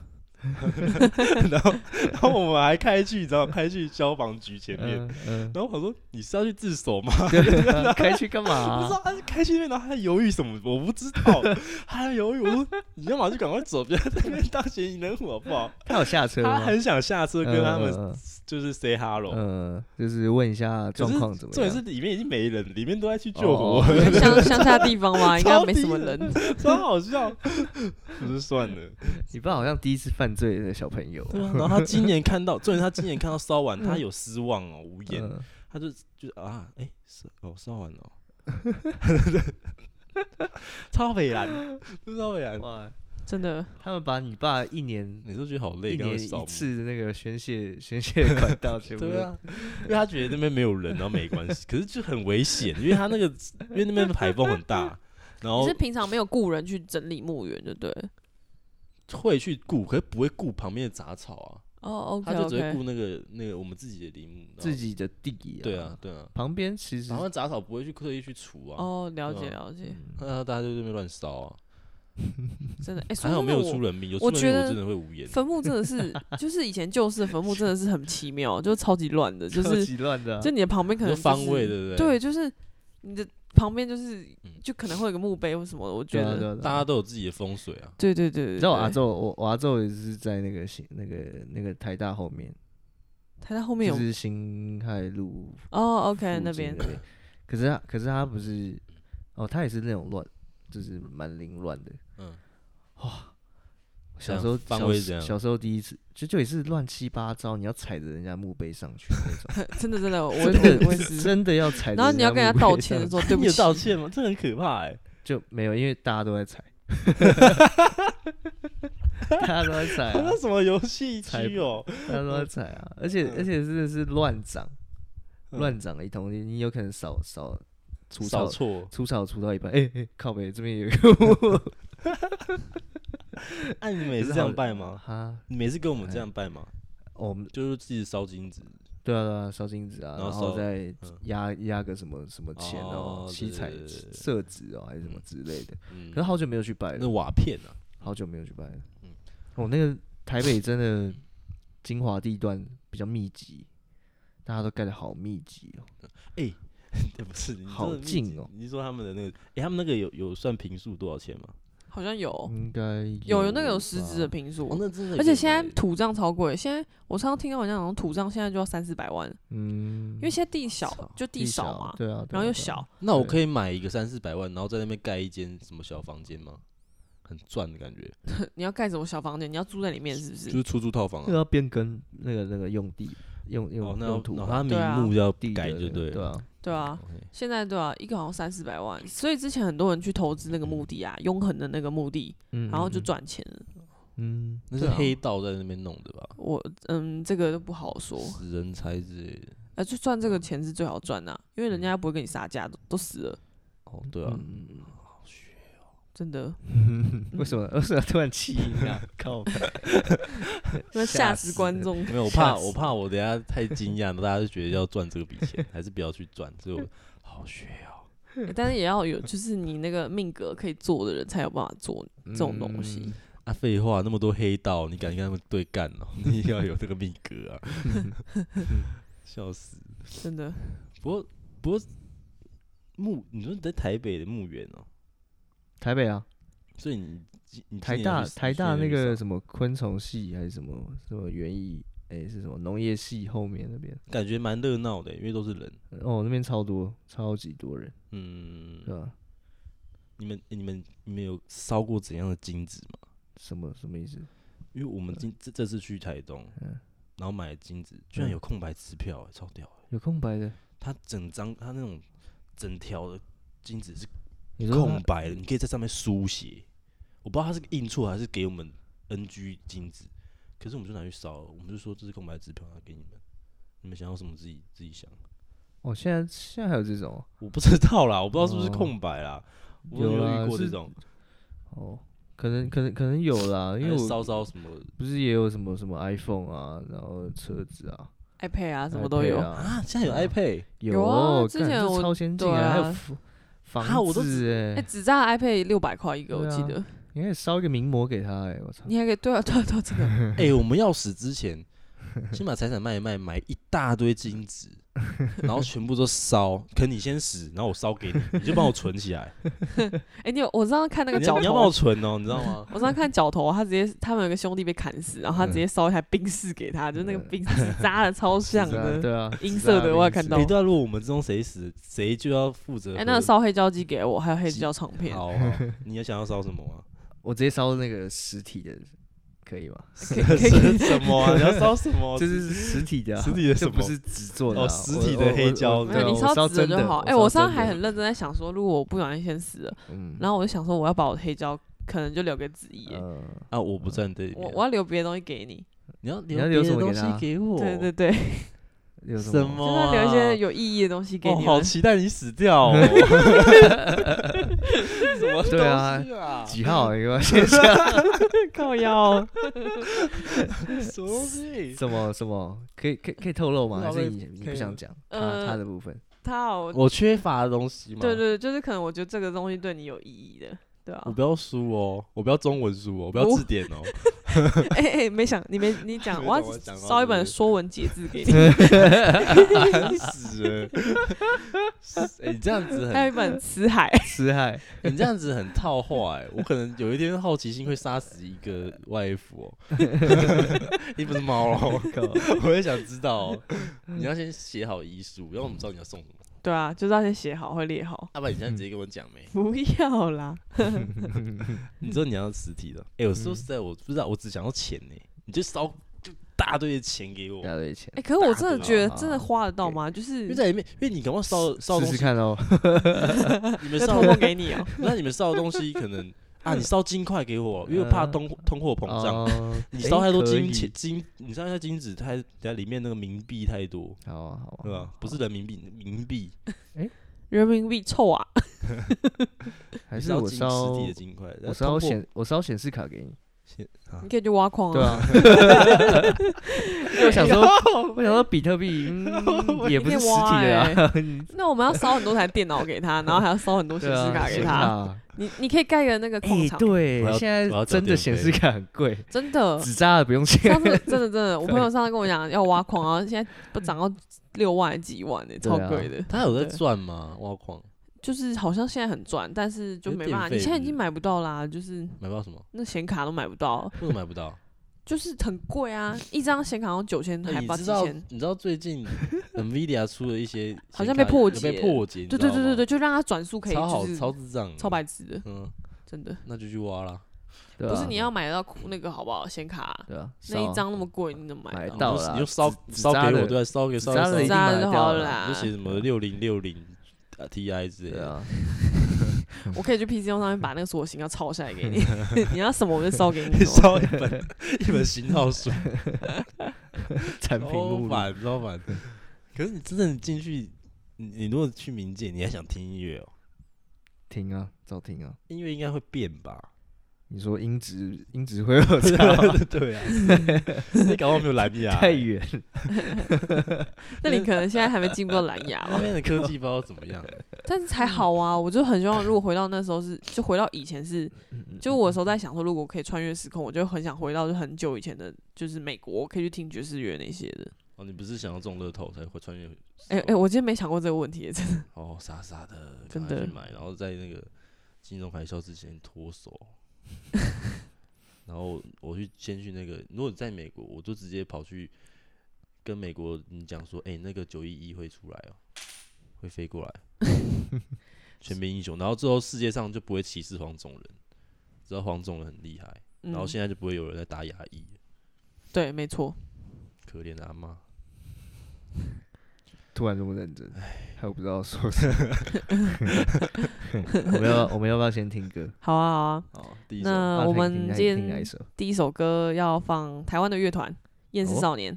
Speaker 3: 然后，然后我们还开去，你知道，开去消防局前面。
Speaker 2: 嗯嗯，
Speaker 3: 然后我说：“你是要去自首吗？”
Speaker 2: 对啊开去干嘛
Speaker 3: 我不知
Speaker 2: 啊？
Speaker 3: 道他是开心面，然后他在犹豫什么，我不知 道，他在犹豫。我说你要么就赶快走，不要在那边当嫌疑人好不好？
Speaker 2: 他有下车
Speaker 3: 他
Speaker 2: 吗？
Speaker 3: 很想下车跟他们
Speaker 2: 嗯
Speaker 3: 就是 say hello，
Speaker 2: 嗯，嗯就是问一下
Speaker 3: 可
Speaker 2: 状
Speaker 3: 是
Speaker 2: 况怎么
Speaker 3: 重点
Speaker 2: 样。
Speaker 3: 是里面已经没人，里面都在去救火
Speaker 2: 哦，
Speaker 1: 因为乡乡下地方嘛，应该
Speaker 3: 超
Speaker 1: 没什么
Speaker 3: 低的
Speaker 1: 人。
Speaker 3: 超好笑。我说算了，
Speaker 2: 你爸好像第一次犯罪的小朋友。
Speaker 3: 对啊。然后他今年看到，重点是他今年看到烧完，他有失望哦，无言。
Speaker 2: 嗯，
Speaker 3: 他就就啊，哎、是哦，烧完了 哦。超北蓝，超北蓝，
Speaker 2: 哇，
Speaker 1: 真的，
Speaker 2: 他们把你爸一年
Speaker 3: 你都觉得好累，
Speaker 2: 一
Speaker 3: 刚
Speaker 2: 年
Speaker 3: 刚扫
Speaker 2: 一
Speaker 3: 墓
Speaker 2: 次的那个宣泄宣泄的管道全部
Speaker 3: 对
Speaker 2: 都
Speaker 3: 啊，因为他觉得那边没有人，然后没关系，可是就很危险，因为他那个， 因为那边台风很大，然
Speaker 1: 你
Speaker 3: 后
Speaker 1: 是平常没有雇人去整理墓园，对不对？
Speaker 3: 会去顾，可是不会顾旁边的杂草啊，
Speaker 1: 哦，OK
Speaker 3: 他就只会
Speaker 1: OK，
Speaker 3: 顾那个那个我们自己的林木，然后
Speaker 2: 自己的地。
Speaker 3: 对啊，对啊，
Speaker 2: 旁边其实
Speaker 3: 然后杂草不会去刻意去除啊，
Speaker 1: 哦，了解
Speaker 3: 对啊
Speaker 1: 了解，
Speaker 2: 嗯
Speaker 3: 那大家就在那边乱烧啊，
Speaker 1: 真的，哎，说
Speaker 3: 还
Speaker 1: 真
Speaker 3: 好没
Speaker 1: 的
Speaker 3: 有
Speaker 1: 我
Speaker 3: 出人命，有出
Speaker 1: 我
Speaker 3: 人
Speaker 1: 觉
Speaker 3: 命我
Speaker 1: 得
Speaker 3: 真的会无言，
Speaker 1: 坟墓真的是，就是以前旧式的坟墓真的是很奇妙，就是超级乱 的，就
Speaker 2: 超
Speaker 1: 是
Speaker 2: 级乱的啊，
Speaker 1: 就你的旁边可
Speaker 3: 你
Speaker 1: 能
Speaker 3: 说
Speaker 1: 就
Speaker 3: 方
Speaker 1: 是
Speaker 3: 位对不对？
Speaker 1: 对，就是你的旁边就是
Speaker 3: 嗯
Speaker 1: 就可能会有个墓碑或什么的，我觉
Speaker 2: 对啊对
Speaker 1: 得
Speaker 2: 啊对啊
Speaker 3: 大家都有自己的风水啊，
Speaker 1: 对对对，
Speaker 2: 你
Speaker 1: 你
Speaker 2: 知道我阿昼，我我阿昼也是在那个新那个那个台大后面，
Speaker 1: 他在后面
Speaker 2: 就
Speaker 1: 有
Speaker 2: 是新海路
Speaker 1: 哦
Speaker 2: 附
Speaker 1: ，OK
Speaker 2: 近
Speaker 1: 那边
Speaker 2: 可是他可是他不是哦，他也是那种乱，就是蛮凌乱的。
Speaker 3: 嗯，
Speaker 2: 小时候
Speaker 3: 这样方
Speaker 2: 小
Speaker 3: 位
Speaker 2: 时
Speaker 3: 是这样
Speaker 2: 小时候第一次就就也是乱七八糟，你要踩着人家墓碑上去那 种，
Speaker 1: 真的真的，我
Speaker 2: 真
Speaker 1: 我我也
Speaker 2: 的
Speaker 1: 是，
Speaker 2: 真的要踩着人家墓碑上去。
Speaker 1: 然后你要跟人家道歉 的时候，对
Speaker 3: 你
Speaker 1: 不
Speaker 3: 有
Speaker 1: 起，
Speaker 3: 道歉吗？这很可怕哎，
Speaker 2: 就没有，因为大家都在 踩，大家都在踩啊
Speaker 3: 那，什么游戏
Speaker 2: 才
Speaker 3: 区哦，
Speaker 2: 大家都在踩啊，而且
Speaker 3: 嗯
Speaker 2: 而且真的是乱长，乱长了一通，你你有可能少少除
Speaker 3: 扫
Speaker 2: 草
Speaker 3: 错，
Speaker 2: 除草除到一半，哎、哎、靠北这边有一 个
Speaker 3: 按你每
Speaker 2: 可
Speaker 3: 次
Speaker 2: 是
Speaker 3: 这
Speaker 2: 好
Speaker 3: 样拜吗？
Speaker 2: 哈，
Speaker 3: 你每次跟我们这
Speaker 2: 哎
Speaker 3: 样拜吗？
Speaker 2: 我们
Speaker 3: 就是自己烧金子，
Speaker 2: 对啊对啊，烧金子啊，
Speaker 3: 然后
Speaker 2: 然
Speaker 3: 烧
Speaker 2: 后再
Speaker 3: 嗯
Speaker 2: 压压个什么什么钱哦
Speaker 3: 哦，
Speaker 2: 七
Speaker 3: 对
Speaker 2: 彩
Speaker 3: 对对对
Speaker 2: 色纸哦，还是什么之类的。
Speaker 3: 嗯，
Speaker 2: 可是好久没有去拜
Speaker 3: 那
Speaker 2: 了，
Speaker 3: 瓦片啊，
Speaker 2: 好久没有去拜了
Speaker 3: 嗯。
Speaker 2: 我那个台北真的精华地段比较密集，大家都盖的好密集哦。
Speaker 3: 对，不是，你
Speaker 2: 好
Speaker 3: 真的密
Speaker 2: 近
Speaker 3: 集
Speaker 2: 哦
Speaker 3: 你是说他们的那个，哎、他们那个有有算平数多少钱吗？
Speaker 1: 好像有
Speaker 2: 应该
Speaker 1: 哦有有
Speaker 2: 嗯有
Speaker 1: 那个有实质的
Speaker 2: 吧
Speaker 1: 评述，
Speaker 3: 哦，那真的有欸，
Speaker 1: 而且现在土葬超贵，现在我常常听到人家讲土葬现在就要三四百万，
Speaker 2: 嗯，
Speaker 1: 因为现在地小
Speaker 2: 操，
Speaker 1: 就地少嘛，
Speaker 2: 对啊，对
Speaker 1: 然后
Speaker 2: 啊
Speaker 1: 又
Speaker 2: 对啊
Speaker 1: 小，
Speaker 3: 那我
Speaker 2: 对
Speaker 3: 可以买一个三四百万，然后在那边盖一间什么小房间吗？很赚的感觉，
Speaker 1: 你要盖什么小房间，你要住在里面是不？
Speaker 3: 就是是出租套房
Speaker 2: 那个
Speaker 3: 啊。
Speaker 2: 要变更那个那个用地，用
Speaker 3: 哦
Speaker 2: 用，
Speaker 3: 那
Speaker 2: 用途
Speaker 3: 那
Speaker 2: 嘛
Speaker 3: 它
Speaker 1: 对啊
Speaker 3: 名目要
Speaker 2: 地
Speaker 3: 改
Speaker 2: 的
Speaker 3: 就
Speaker 2: 那个
Speaker 3: 对
Speaker 2: 对
Speaker 3: 了。
Speaker 2: 啊，
Speaker 1: 对啊，
Speaker 3: OK
Speaker 1: 现在对啊，一个好像三四百万，所以之前很多人去投资那个目的啊，永恒的那个目的，
Speaker 2: 嗯，
Speaker 1: 然后就
Speaker 2: 嗯
Speaker 1: 赚钱了。
Speaker 2: 嗯，
Speaker 3: 那是
Speaker 1: 对啊
Speaker 3: 黑道在那边弄的吧？
Speaker 1: 我嗯，这个都不好说，
Speaker 3: 死人才之类的。
Speaker 1: 哎、就赚这个钱是最好赚的啊、因为人家不会跟你杀价，都都死了，
Speaker 3: 哦，对啊，
Speaker 2: 嗯
Speaker 1: 真的，
Speaker 2: 为什么 为什么突然气音 啊？靠，
Speaker 1: 那吓死观众。
Speaker 3: 没有，我怕我怕我等下太惊讶了，大家就觉得要赚这个笔 钱，还是不要去赚。所以我好学哦，
Speaker 1: 欸但是也要有，就是你那个命格可以做的人才有办法 做。
Speaker 2: 这
Speaker 1: 种东西
Speaker 3: 啊，废话，那么多黑道，你敢跟他们对干 哦？你也要有这个命格啊！ 笑死。
Speaker 1: 真的，
Speaker 3: 不过不过墓，你说你在台北的墓园哦，
Speaker 2: 台北 啊，
Speaker 3: 所以你今你今
Speaker 2: 台
Speaker 3: 年要
Speaker 2: 大
Speaker 3: 去
Speaker 2: 台大那个
Speaker 3: 去
Speaker 2: 什么昆虫系还是什么什么园艺，哎是什么农业系后面那边，
Speaker 3: 感觉蛮热闹的，因为都是人。
Speaker 2: 哦那边超多超级多人，
Speaker 3: 嗯，
Speaker 2: 对吧？
Speaker 3: 你们你们你们有烧过怎样的金子吗？
Speaker 2: 什么什么意思？
Speaker 3: 因为我们今这这次去台东，
Speaker 2: 嗯
Speaker 3: 然后买的金子居然
Speaker 2: 嗯
Speaker 3: 有空白支票、欸，超屌、欸！
Speaker 2: 有空白的，
Speaker 3: 它整张它那种整条的金子是
Speaker 2: 你说
Speaker 3: 空
Speaker 2: 它
Speaker 3: 白的，你可以在上面书写。我不知道它是印错还是给我们 NG 金子，可是我们就拿去烧了，我们就说这是空白支票，拿给你们，你们想要什么自己自己想。
Speaker 2: 哦现在现在还有这种哦
Speaker 3: 我不知道啦，我不知道是不是
Speaker 2: 哦
Speaker 3: 空白啦，我
Speaker 2: 有
Speaker 3: 没
Speaker 2: 啦
Speaker 3: 遇过这
Speaker 2: 是
Speaker 3: 种，
Speaker 2: 哦，可能可能可能有啦，因
Speaker 3: 因
Speaker 2: 为
Speaker 3: 为
Speaker 2: 我
Speaker 3: 烧烧什么
Speaker 2: 不是也有什么什么 iPhone 啊，然后车子啊，
Speaker 1: iPad 啊，什么都有
Speaker 2: iPad。啊，
Speaker 3: 啊，现在有
Speaker 2: 对啊
Speaker 3: iPad，
Speaker 2: 有
Speaker 1: 有
Speaker 2: 哦
Speaker 1: 啊
Speaker 2: 干
Speaker 1: 之前
Speaker 2: 这
Speaker 1: 我
Speaker 2: 超先进
Speaker 1: 对
Speaker 2: 还有
Speaker 1: 啊
Speaker 2: 房
Speaker 3: 啊
Speaker 2: 房
Speaker 3: 我都
Speaker 2: 子
Speaker 1: 哎、
Speaker 2: 哎、
Speaker 1: 只炸 iPad 六百块一个，我
Speaker 2: 对啊
Speaker 1: 记得。
Speaker 2: 你可以烧一个名模给他哎、我操，
Speaker 1: 你还可以对啊，对啊，对啊，这个
Speaker 3: 哎、我们要死之前，先把财产卖一卖，买一大堆金子，然后全部都烧。可你先死，然后我烧给你，你就帮我存起来。
Speaker 1: 哎、你有我上次看那个
Speaker 3: 你要
Speaker 1: 角
Speaker 3: 你要帮我
Speaker 1: 头，
Speaker 3: 存哦，你知道 吗？
Speaker 1: 我上次看角头，他直接他们有个兄弟被砍死，然后他直接烧一台冰室给他，就是那个冰室扎的超像
Speaker 2: 是啊
Speaker 1: 的，
Speaker 2: 对啊，
Speaker 1: 银
Speaker 2: 是
Speaker 1: 色
Speaker 2: 啊
Speaker 1: 的，我也
Speaker 2: 名
Speaker 1: 看
Speaker 2: 字
Speaker 1: 到
Speaker 3: 每。段哎如果我们之中谁死，谁就要负责
Speaker 1: 哎、
Speaker 3: 和。
Speaker 1: 那个烧黑胶机给我，还有黑胶唱片，
Speaker 3: 好 好， 你要想要烧什么啊？
Speaker 2: 我直接烧那个实体的，可以吗？
Speaker 1: 可以可以可以。
Speaker 3: 什么啊？你要烧什 么？
Speaker 2: 这是实体的、啊，
Speaker 3: 实体的
Speaker 2: 这
Speaker 3: 什
Speaker 2: 不
Speaker 3: 么？
Speaker 2: 是纸做的、啊
Speaker 3: 哦实体的
Speaker 2: 我
Speaker 3: 黑胶
Speaker 2: 我我
Speaker 1: 没
Speaker 2: 对啊
Speaker 1: 有，你
Speaker 2: 我
Speaker 1: 烧
Speaker 2: 烧
Speaker 1: 纸的
Speaker 2: 真
Speaker 1: 就好。
Speaker 2: 我
Speaker 1: 哎、我
Speaker 2: 烧
Speaker 1: 上
Speaker 2: 真
Speaker 1: 次还
Speaker 2: 的
Speaker 1: 很认真在想说，如果我不小心先死了，
Speaker 2: 嗯，
Speaker 1: 然后我就想说，我要把我的黑胶可能就留给子怡、
Speaker 2: 呃
Speaker 3: 啊，我不站对面。
Speaker 1: 我我要留别的东西给你。
Speaker 3: 你要
Speaker 2: 要
Speaker 3: 别
Speaker 2: 留
Speaker 3: 的
Speaker 2: 什么
Speaker 3: 东
Speaker 2: 给他
Speaker 3: 西给我？
Speaker 1: 对对对，
Speaker 2: 有什么？
Speaker 3: 什
Speaker 1: 就是留一
Speaker 3: 么啊？
Speaker 1: 些有意义的东西给
Speaker 3: 哦，
Speaker 1: 你
Speaker 3: 好
Speaker 1: 们。
Speaker 3: 期待你死掉 哦！
Speaker 2: 啊
Speaker 3: 什么
Speaker 2: 对啊
Speaker 3: 东 西啊
Speaker 2: 几号、 啊？你给我先讲
Speaker 1: 靠腰，
Speaker 3: 什么东西？
Speaker 2: 什么什么？可以可以可以透露 吗？还
Speaker 3: 老
Speaker 2: 是
Speaker 3: 魏
Speaker 2: 你你
Speaker 3: 可
Speaker 2: 不
Speaker 3: 以
Speaker 2: 想
Speaker 3: 吗
Speaker 2: 讲他
Speaker 1: 呃
Speaker 2: 他的部 分？
Speaker 1: 他好，
Speaker 3: 我缺乏的东西吗？
Speaker 1: 对对，对，就是可能我觉得这个东西对你有意义的，对
Speaker 3: 我
Speaker 1: 啊。
Speaker 3: 不要书哦，我不要中文书哦，我不要
Speaker 1: 我
Speaker 3: 字典 哦。
Speaker 1: 哎哎、没想你没你讲，
Speaker 3: 没
Speaker 1: 我
Speaker 3: 想
Speaker 1: 要
Speaker 3: 我讲到
Speaker 1: 烧一
Speaker 3: 这
Speaker 1: 本
Speaker 3: 个
Speaker 1: 《说文解字》给你，
Speaker 3: 烦死了！哎、你这样子
Speaker 1: 还有
Speaker 3: 很，
Speaker 1: 一本《辞海》。
Speaker 2: 吃 海
Speaker 3: 你这样子很套话哎、我可能有一天好奇心会杀死一个外服哦， 你不是猫哦，我也想知道、哦。你要先写好遗书，然后我们知道你要送什么。
Speaker 1: 对啊，就是要先写好，会列好。
Speaker 3: 要、不然你现在直接跟我讲没？
Speaker 1: 不要啦，
Speaker 3: 你知道你要实体的？哎、我
Speaker 2: 嗯
Speaker 3: 说实在，我不知道，我只想要钱呢、你就烧就大堆的钱给我
Speaker 2: 一，大堆钱
Speaker 1: 哎、，可是我
Speaker 3: 大
Speaker 1: 真的
Speaker 3: 的
Speaker 1: 觉得
Speaker 2: 啊
Speaker 1: 真的花得到吗？就
Speaker 3: 因
Speaker 1: 是
Speaker 3: 为在里面，因为你赶快烧烧
Speaker 2: 试试
Speaker 3: 东西，
Speaker 2: 看哦。
Speaker 3: 你们
Speaker 1: 就
Speaker 3: 烧
Speaker 1: 偷 摸给你哦、
Speaker 3: 那你们烧的东西可能啊，你烧金块给我，因为我怕通通货 膨胀。
Speaker 2: 嗯哦
Speaker 3: 你烧太多
Speaker 2: 诶可以
Speaker 3: 金钱金，你烧太多金子太，它里面那个冥币太多，
Speaker 2: 好啊，好啊，
Speaker 3: 对吧？不是人民币，冥币，
Speaker 1: 人民币臭啊！
Speaker 2: 还
Speaker 3: 你
Speaker 2: 是我
Speaker 3: 金
Speaker 2: 烧
Speaker 3: 实体的金块，
Speaker 2: 我
Speaker 3: 通
Speaker 2: 烧
Speaker 3: 货
Speaker 2: 显我烧显示卡给 你，
Speaker 3: 现啊
Speaker 1: 你可以去挖矿
Speaker 2: 对
Speaker 1: 啊，
Speaker 2: 啊。我想说，我想说比特币 嗯也不是实体的
Speaker 1: 一定
Speaker 3: 欸
Speaker 2: 啊，
Speaker 1: 欸那我们要烧很多台电脑给他，然后还要烧很多显
Speaker 2: 对
Speaker 1: 示
Speaker 2: 啊，
Speaker 1: 卡给
Speaker 2: 显示
Speaker 1: 他。
Speaker 2: 卡。
Speaker 1: 你你可以盖个那个矿
Speaker 2: 哎，
Speaker 1: 场，
Speaker 3: 我
Speaker 2: 对，
Speaker 3: 要
Speaker 2: 现
Speaker 3: 我
Speaker 2: 在
Speaker 3: 要缴
Speaker 2: 真的
Speaker 3: 电
Speaker 2: 显
Speaker 3: 费
Speaker 2: 示卡很贵，
Speaker 1: 真的。
Speaker 2: 纸扎的不用钱
Speaker 1: 哦上。 次真的真的，我朋友上次跟我讲要挖矿，然后现在不涨到六万几万呢、
Speaker 2: 对
Speaker 1: 超
Speaker 2: 啊
Speaker 1: 贵的。
Speaker 3: 他有在
Speaker 1: 对
Speaker 3: 赚吗？挖矿
Speaker 1: 就是好像现在很赚，但是就
Speaker 3: 有
Speaker 1: 没
Speaker 3: 电
Speaker 1: 办法，
Speaker 3: 费
Speaker 1: 你现在已
Speaker 3: 是不
Speaker 1: 经
Speaker 3: 是
Speaker 1: 买不到啦，就是
Speaker 3: 买不到什么？
Speaker 1: 那显卡都买不到，
Speaker 3: 为什么买 不到？
Speaker 1: 就是很贵啊，一张显卡好像九千
Speaker 3: 哎
Speaker 1: 还
Speaker 3: 你
Speaker 1: 不到
Speaker 3: 知
Speaker 1: 几
Speaker 3: 道
Speaker 1: 千。
Speaker 3: 你知道 最近 NVIDIA 出了一些
Speaker 1: 好
Speaker 3: 显
Speaker 1: 像被
Speaker 3: 卡
Speaker 1: 破
Speaker 3: 有
Speaker 1: 解
Speaker 3: 被破解，你
Speaker 1: 对
Speaker 3: 知
Speaker 1: 对
Speaker 3: 道
Speaker 1: 对对
Speaker 3: 吗
Speaker 1: 对，就让它转速可以
Speaker 3: 超
Speaker 1: 就
Speaker 3: 好
Speaker 1: 是
Speaker 3: 超智障，
Speaker 1: 超白痴的，
Speaker 3: 嗯，
Speaker 1: 真的。
Speaker 3: 那就去挖啦。
Speaker 2: 对
Speaker 1: 不
Speaker 2: 啊
Speaker 1: 是你要买得到库那个好不好显卡啊、
Speaker 2: 对啊，
Speaker 1: 那
Speaker 2: 烧
Speaker 1: 一
Speaker 2: 啊
Speaker 1: 张那么贵，你怎么买
Speaker 2: 买
Speaker 1: 到？
Speaker 2: 到
Speaker 3: 你就
Speaker 2: 了
Speaker 3: 你
Speaker 2: 啊
Speaker 3: 就烧
Speaker 2: 纸
Speaker 3: 烧
Speaker 2: 扎
Speaker 3: 给我，
Speaker 2: 的
Speaker 3: 对啊，烧给烧
Speaker 2: 纸
Speaker 3: 给
Speaker 2: 扎
Speaker 3: 烧
Speaker 2: 的一
Speaker 3: 给
Speaker 2: 定
Speaker 1: 扎
Speaker 2: 买
Speaker 1: 的就
Speaker 2: 掉
Speaker 1: 好
Speaker 2: 了
Speaker 1: 了啦
Speaker 3: 你就写什么六零六零 TI 之类
Speaker 2: 对
Speaker 3: 的，。
Speaker 2: 啊，
Speaker 1: 我可以去 PC 上面把那个所有型号抄下来给你，你要什么我就烧给你
Speaker 3: 烧
Speaker 1: 哦
Speaker 3: 一本一本型 号书，
Speaker 1: 哦
Speaker 2: 产品
Speaker 3: 超
Speaker 2: 目录，
Speaker 3: 烦超烦。可是你真正进去，你你如果去冥界，你还想听音乐哦？
Speaker 2: 停啊，早停啊！
Speaker 3: 音乐应该会变吧？
Speaker 2: 你说音质音质会有 差吗，
Speaker 3: 对啊， 你搞忘没有蓝牙欸？
Speaker 2: 太远了，
Speaker 1: 那你可能现在还没进步到蓝牙哦
Speaker 3: 那
Speaker 1: 吧？
Speaker 3: 边的科技不知道怎么样，
Speaker 1: 但是还好啊，我就很希望，如果回到那时候是，就回到以前是，嗯就我有时候在想说，如果可以穿越时空，我就很想回到就很久以前的，就是美国，我可以去听爵士乐那些的。
Speaker 3: 哦，你不是想要中乐透才会穿越？
Speaker 1: 哎、哎、我今天没想过这个问题，真的。
Speaker 3: 哦，傻傻的，
Speaker 1: 真
Speaker 3: 赶
Speaker 1: 的
Speaker 3: 快去买，然后在那个金融海啸之前 脱手。然后我去先去那个，如果在美国，我就直接跑去跟美国你讲说，哎、那个九一一会出来哦，会飞过来， 全民英雄。然后之后世界上就不会歧视黄种人，知道黄种人很厉害，然后
Speaker 1: 嗯
Speaker 3: 现在就不会有人在打亚裔了，
Speaker 1: 对，没错，
Speaker 3: 可怜的阿妈。
Speaker 2: 突然这么认真，还有不知道说什 么。 我们要我们要不要先听歌？
Speaker 1: 好啊好啊。
Speaker 3: 好，哦第一首
Speaker 1: 那
Speaker 2: 啊
Speaker 1: 我
Speaker 2: 听
Speaker 1: 们
Speaker 2: 听哪
Speaker 1: 今
Speaker 2: 听哪一
Speaker 1: 天
Speaker 2: 首？
Speaker 1: 第一首歌要放台湾的乐团厌世
Speaker 2: 哦
Speaker 1: 少年，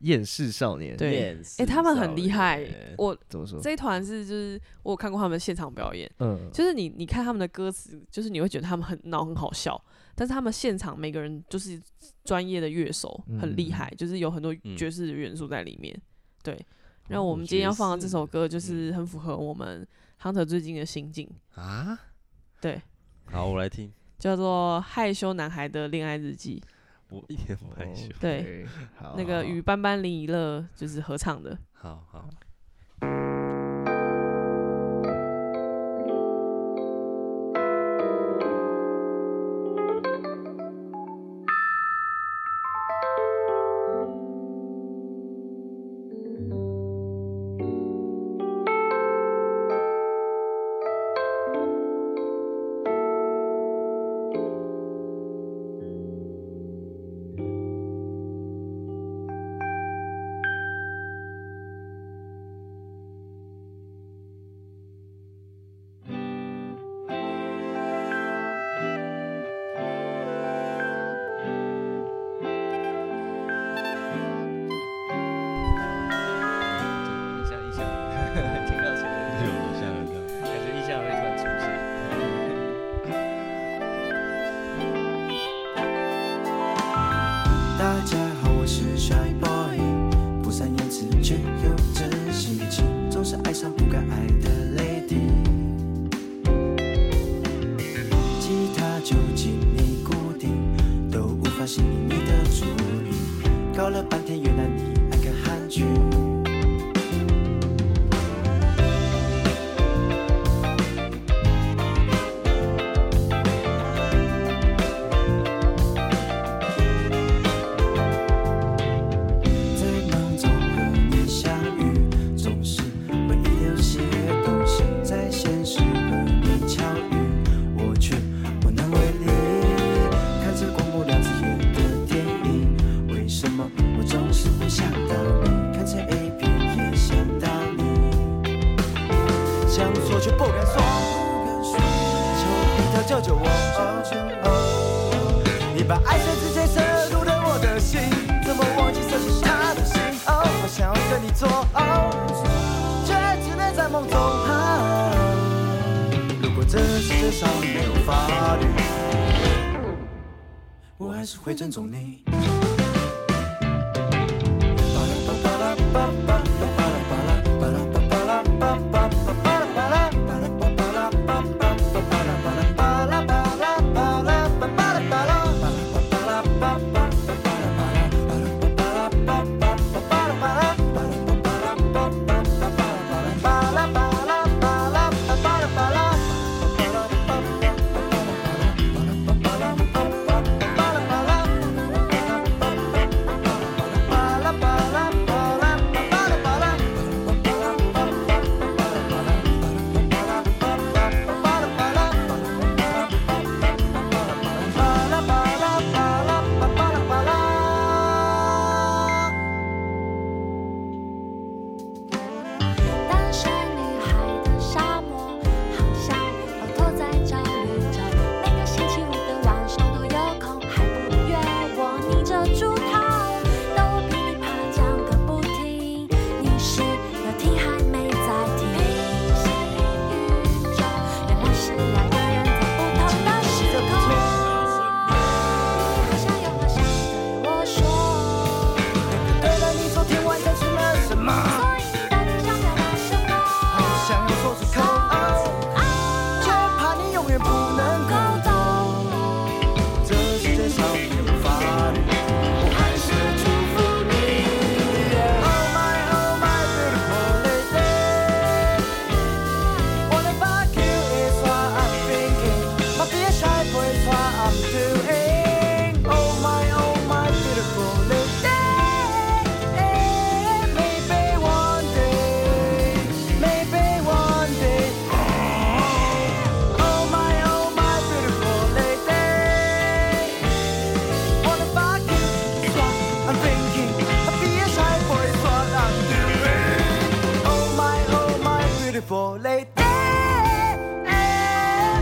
Speaker 2: 厌世少年，
Speaker 1: 对
Speaker 3: 厌世
Speaker 1: 哎、他们很
Speaker 3: 少
Speaker 1: 厉害
Speaker 3: 年。
Speaker 1: 我
Speaker 2: 怎么说？
Speaker 1: 这一团是就是我有看过他们现场表演，
Speaker 2: 嗯，
Speaker 1: 就是你你看他们的歌词，就是你会觉得他们很闹很好笑，但是他们现场每个人就是专业的乐手，很厉害，就是有很多
Speaker 3: 嗯
Speaker 1: 爵士的元素在里面。对，然
Speaker 3: 哦
Speaker 1: 后我们今天要放的这
Speaker 3: 爵士
Speaker 1: 首歌
Speaker 2: 嗯
Speaker 1: 就是很符合我们 Hunter 最近的心境，
Speaker 3: 啊，
Speaker 1: 对，
Speaker 3: 好，我来听。
Speaker 1: 叫做《害羞男孩的恋爱日记
Speaker 3: 我一点不害
Speaker 2: 哦
Speaker 3: 羞。
Speaker 1: 对
Speaker 2: OK，好，》，
Speaker 1: 那
Speaker 2: 好
Speaker 1: 个与斑斑林以乐就是合唱的。
Speaker 3: 好好，
Speaker 2: 一下一下， 听到前面就
Speaker 3: 下来这样。
Speaker 2: 感觉一下会突然出现。
Speaker 4: 大家好，我是 Shy Boy，不善言辞却又真性情，总是爱上不该爱的 Lady。吉他究竟你固定，都无法吸引你的注意，搞了半天原来你爱看韩剧。在梦中和你相遇，总是会遗留些东西。在现实和你巧遇，我却无能为力。看着广播两只眼的电影，为什么我总是不想到你？看着 A 片也想到你，想说却不敢说。求你的救救我！哦你把爱神直接射入了我的心，怎么忘记射进他的心？哦，我想要跟你做哦，却只能在梦中啊如果这世上没有法律，我还是会尊重你。Oh, Oh,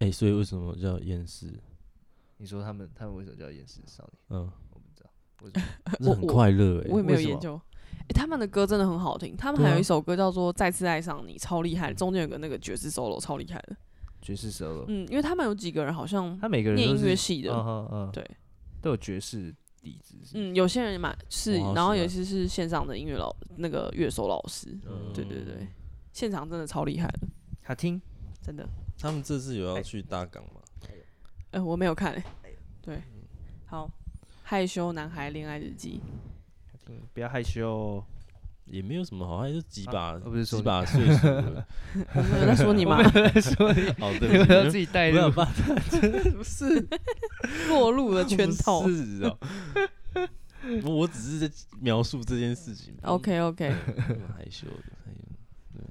Speaker 3: 哎、所以为什么叫厌世？
Speaker 2: 你说他们他们为什么叫厌世少年？
Speaker 3: 嗯，
Speaker 2: 我不知道为什么。
Speaker 3: 这
Speaker 1: 我
Speaker 3: 很
Speaker 1: 呃我
Speaker 3: 快乐哎、
Speaker 1: 我也没有
Speaker 2: 为什
Speaker 1: 研
Speaker 2: 么
Speaker 1: 究。哎、他们的歌真的很好听，他们
Speaker 3: 对
Speaker 1: 还有
Speaker 3: 啊
Speaker 1: 一首歌叫做《再次爱上你》，超厉害，中间有个那个爵士 solo 超厉害的。
Speaker 2: 爵士 solo，、
Speaker 1: 嗯，因为他们有几个人好像
Speaker 2: 他每个人
Speaker 1: 念
Speaker 2: 都
Speaker 1: 音乐
Speaker 2: 是
Speaker 1: 系的，
Speaker 2: 嗯哼嗯，
Speaker 1: 对，
Speaker 2: 都有爵士底子。是不是
Speaker 1: 嗯，有些人嘛是，
Speaker 3: 哇
Speaker 1: 然后
Speaker 3: 是啊
Speaker 1: 有些是线上的音乐老那个乐手老师，
Speaker 3: 嗯
Speaker 1: 对对对，现场真的超厉害的，
Speaker 2: 他听
Speaker 1: 真的。
Speaker 3: 他们这次有要去大港吗？
Speaker 1: 呃，我没有看、欸，对，好，害羞男孩恋爱日记，
Speaker 2: 他听，不要害羞。
Speaker 3: 也没有什么好，还是几
Speaker 2: 啊
Speaker 3: 把、
Speaker 2: 我不是说
Speaker 3: 几
Speaker 2: 你
Speaker 3: 把岁数了。
Speaker 1: 我没有在 说你吗？
Speaker 2: 说你
Speaker 3: 哦，
Speaker 2: 你
Speaker 3: 对
Speaker 2: 们
Speaker 3: 不
Speaker 2: 要
Speaker 3: 起，
Speaker 2: 自己带
Speaker 3: 不啊要
Speaker 2: 入，
Speaker 3: 把
Speaker 1: 不是落入了圈套
Speaker 3: 不。是哦。我我只是在描述这件事情。
Speaker 1: OK OK，
Speaker 3: 蛮害羞的，哎害羞。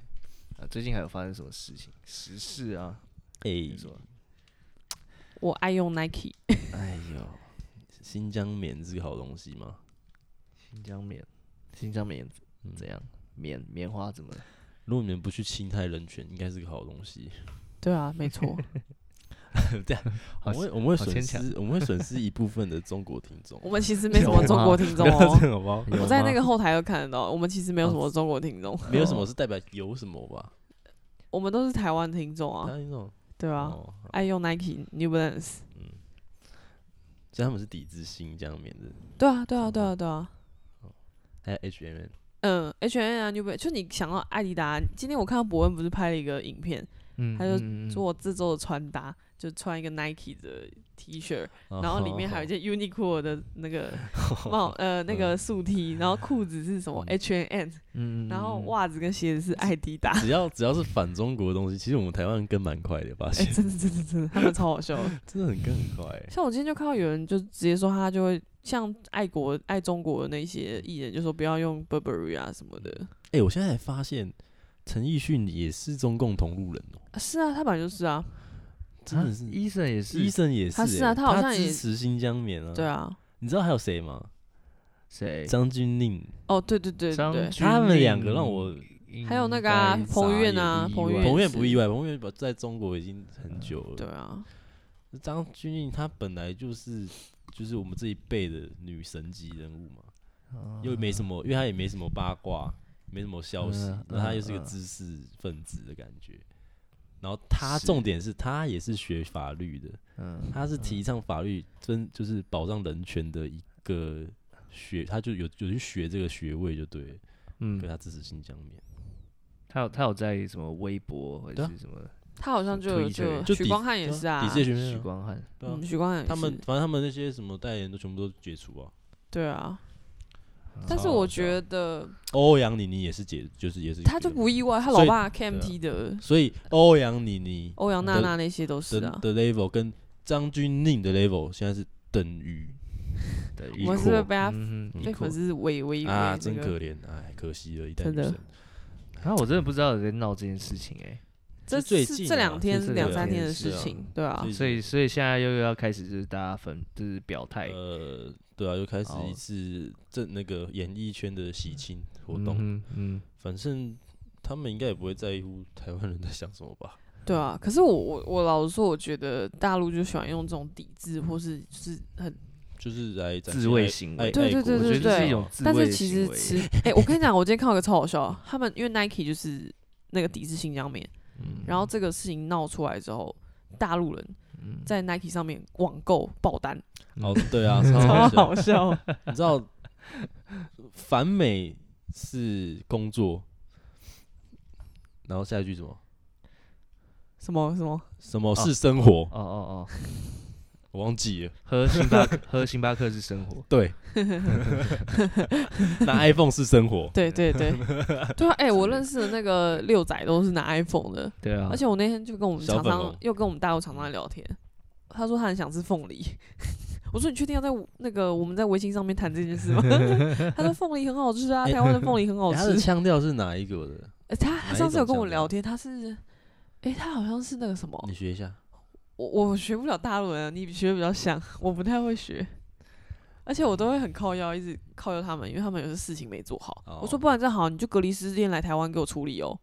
Speaker 2: 啊最近还有发生什么事情？时事啊，
Speaker 3: 哎、
Speaker 2: 你说
Speaker 1: 我爱用 Nike，
Speaker 3: 哎呦，新疆棉是个好东西吗？
Speaker 2: 新疆棉，新疆棉
Speaker 3: 嗯
Speaker 2: 怎样？棉棉花怎么了？
Speaker 3: 如果你们不去侵害人权，应该是个好东西。
Speaker 1: 对啊，没错，
Speaker 3: 这样，
Speaker 2: 好
Speaker 3: 我们会我们会
Speaker 2: 好
Speaker 3: 损
Speaker 2: 牵强
Speaker 3: 失，我们会损失一部分的中国听 众。
Speaker 1: 我们其实没什
Speaker 2: 有
Speaker 1: 么
Speaker 2: 吗
Speaker 1: 中国听
Speaker 3: 不
Speaker 1: 众
Speaker 3: 要
Speaker 1: 哦
Speaker 3: 这。样好不好？
Speaker 2: 有
Speaker 1: 我在
Speaker 2: 吗
Speaker 1: 那个后台都看得到，我们其实没有什么中国听众，
Speaker 3: 没有什么是代表有什么吧？
Speaker 1: 我们都是台湾听众
Speaker 3: 他
Speaker 1: 啊，
Speaker 3: 那种
Speaker 1: 对啊，
Speaker 3: 哦，好
Speaker 1: 爱用 Nike、New Balance，
Speaker 3: 所以他们是抵制新疆棉的，
Speaker 1: 对啊，对啊，对啊，对啊，
Speaker 3: 还有 H M N。
Speaker 1: 嗯，H N 啊，New Balance，就你想到艾迪达，今天我看到伯恩不是拍了一个影片，
Speaker 2: 嗯
Speaker 1: 他就
Speaker 2: 嗯嗯
Speaker 1: 说我这周的穿搭就穿一个 Nike 的 T 恤， 然
Speaker 2: 哦
Speaker 3: 然
Speaker 1: 后里面还有一件 Uniqlo 的那个
Speaker 3: 哦
Speaker 1: 帽，呃，那个素 T，然后裤子是什么 H N，
Speaker 2: 嗯
Speaker 1: 然后
Speaker 2: 嗯嗯
Speaker 1: 袜子跟鞋子是艾迪 达，
Speaker 3: 只要只要是反中国的东西，其实我们台湾跟蛮快的，发
Speaker 1: 哎，
Speaker 3: 现
Speaker 1: 真的真的真的，他们超好笑的。
Speaker 3: 真的很跟很快欸。
Speaker 1: 像我今天就看到有人就直接说他就会像爱国爱中国的那些艺人，就说不要用 Burberry 啊什么的。
Speaker 2: 嗯
Speaker 3: 哎，我现在才发现陈奕迅也是中共同路人哦，
Speaker 1: 啊是啊，他本来就是啊，
Speaker 3: 真
Speaker 2: 啊
Speaker 3: 的是。
Speaker 2: 医生也是
Speaker 3: 医生也是
Speaker 1: 他
Speaker 3: 欸，
Speaker 1: 是啊他
Speaker 3: 他
Speaker 1: 好像也
Speaker 3: 支持新疆棉
Speaker 2: 嗯
Speaker 3: 啊。
Speaker 1: 对，啊，
Speaker 3: 你知道还有谁吗？
Speaker 2: 谁？
Speaker 3: 张钧甯，
Speaker 1: 哦对对对
Speaker 2: 张
Speaker 1: 对，
Speaker 2: 钧
Speaker 3: 他们两
Speaker 2: 甯
Speaker 3: 个让我
Speaker 1: 还有那个啊
Speaker 2: 应该
Speaker 1: 彭于晏
Speaker 2: 啥也
Speaker 1: 啊彭
Speaker 2: 不意
Speaker 1: 于
Speaker 2: 外
Speaker 1: 晏
Speaker 3: 彭越
Speaker 1: 是
Speaker 3: 不意外，彭越在中国已经很久了。
Speaker 1: 对啊，
Speaker 3: 张钧甯她本来就是就是我们这一辈的女神级人物嘛，
Speaker 2: 哦
Speaker 3: 又没什么，因为她也没什么八卦，没什么消息
Speaker 2: 嗯，
Speaker 3: 那她又是个
Speaker 2: 嗯嗯
Speaker 3: 知识分子的感觉。然后她
Speaker 2: 是
Speaker 3: 重点是她也是学法律的，
Speaker 2: 嗯
Speaker 3: 她是提倡法律真就是保障人权的一个学，她就有有去学这个学位就对了，对
Speaker 2: 嗯，
Speaker 3: 她支持新疆棉，
Speaker 2: 他有他有在什么微博或
Speaker 3: 对
Speaker 2: 者
Speaker 3: 啊
Speaker 2: 是什么的？
Speaker 1: 他好像就有
Speaker 2: Twitter
Speaker 1: 就
Speaker 3: 就
Speaker 1: 许
Speaker 3: 抵
Speaker 1: 光汉也
Speaker 3: 对
Speaker 1: 是啊
Speaker 3: 抵，制学
Speaker 2: 许
Speaker 3: 生啊，
Speaker 2: 光汉，
Speaker 3: 对啊
Speaker 1: 嗯，许光汉也
Speaker 3: 他们
Speaker 1: 是，
Speaker 3: 反正他们那些什么代言人都全部都解除啊。
Speaker 1: 对啊。但是
Speaker 3: 超好
Speaker 1: 我
Speaker 3: 笑
Speaker 1: 觉得
Speaker 3: 欧阳妮妮也是解，就是也是
Speaker 1: 他就
Speaker 3: 人
Speaker 1: 不意外，他
Speaker 3: 所
Speaker 1: 老
Speaker 3: 以
Speaker 1: 爸 KMT 的
Speaker 3: 所以欧阳妮妮
Speaker 1: 欧阳娜
Speaker 3: 的
Speaker 1: 娜那些都哦是
Speaker 3: 的
Speaker 1: 啊。
Speaker 3: 的 level 跟张钧甯的 level 现在是 等于
Speaker 2: 对，
Speaker 3: 一
Speaker 1: 我是不是
Speaker 3: 括
Speaker 1: 被他
Speaker 2: 嗯哼
Speaker 1: 被粉丝围围围
Speaker 3: 啊，
Speaker 1: 这
Speaker 3: 真
Speaker 1: 个？
Speaker 3: 可怜，哎，可惜了一代
Speaker 1: 真
Speaker 3: 女
Speaker 1: 的
Speaker 3: 生。
Speaker 2: 啊，我真的不知道有在闹这件事情哎、
Speaker 1: 这
Speaker 3: 是最
Speaker 1: 是
Speaker 3: 近
Speaker 1: 这
Speaker 3: 啊
Speaker 1: 两
Speaker 3: 是
Speaker 1: 天
Speaker 2: 这
Speaker 1: 两
Speaker 2: 两
Speaker 1: 三
Speaker 2: 天
Speaker 1: 天的
Speaker 2: 的
Speaker 1: 事
Speaker 3: 事啊
Speaker 1: 情，对啊
Speaker 3: 所。
Speaker 2: 所以所以现在又要开始就是大家分就是表态，
Speaker 3: 呃，对啊，又开始
Speaker 2: 好
Speaker 3: 一次正那个演艺圈的喜庆活
Speaker 2: 嗯
Speaker 3: 动，
Speaker 2: 哼嗯，
Speaker 3: 反正他们应该也不会在乎台湾人在想什么吧？
Speaker 1: 对啊，可是我我我老实说，我觉得大陆就喜欢用这种抵制，或是就是很，
Speaker 3: 就是来展
Speaker 2: 自
Speaker 3: 现哎
Speaker 2: 卫
Speaker 3: 爱
Speaker 2: 行
Speaker 3: 爱
Speaker 2: 为
Speaker 3: 爱
Speaker 1: 对对
Speaker 3: 国
Speaker 1: 对
Speaker 2: 我
Speaker 1: 对
Speaker 2: 觉得这是
Speaker 1: 对
Speaker 2: 一种自
Speaker 1: 但
Speaker 2: 卫
Speaker 1: 是
Speaker 2: 的
Speaker 1: 其
Speaker 2: 行
Speaker 1: 实
Speaker 2: 为欸
Speaker 1: 吃，哎、我跟你讲，我今天看到一个超好笑的，他们因为 Nike 就是那个抵制新疆棉，
Speaker 3: 嗯
Speaker 1: 然后这个事情闹出来之后，大陆人
Speaker 3: 嗯
Speaker 1: 在 Nike 上面网购爆单，
Speaker 3: 哦，对啊，
Speaker 1: 超
Speaker 3: 超
Speaker 1: 好笑，
Speaker 3: 你知道，反美是工作，然后下一句什么？
Speaker 1: 什么什么，
Speaker 3: 什么
Speaker 2: 哦
Speaker 3: 是生活？
Speaker 2: 哦哦哦，
Speaker 3: 我忘记了。
Speaker 2: 喝星巴克喝星巴克是生活，
Speaker 3: 对， 拿 iPhone 是生活。
Speaker 1: 对对 对，对啊，哎、我认识的那个六仔都是拿 iPhone 的，
Speaker 2: 对啊，
Speaker 1: 而且我那天就跟我们
Speaker 3: 小
Speaker 1: 厂
Speaker 3: 粉
Speaker 1: 商
Speaker 3: 红
Speaker 1: 又跟我们大陆厂商在聊天，他说他很想吃凤梨。 我说你确定要在我那个我们在微信上面谈这件事吗？ 他说凤梨很好吃啊，
Speaker 3: 哎
Speaker 1: 台湾的凤梨很好
Speaker 3: 欸他的
Speaker 1: 吃。
Speaker 3: 腔调是哪一个的？
Speaker 1: 哎 他他
Speaker 3: 哪一
Speaker 1: 上次有跟
Speaker 3: 种
Speaker 1: 我
Speaker 3: 香料
Speaker 1: 聊天，他是，哎、他好像是那个什么
Speaker 3: 你，学一下。
Speaker 1: 我我学不了大陆人啊，你学得比较像，我不太会学，而且我都会很靠腰，一直靠腰他们，因为他们有些事情没做好。我说
Speaker 3: 哦
Speaker 1: 不然这样好，你就隔离十四天来台湾给我处理哦。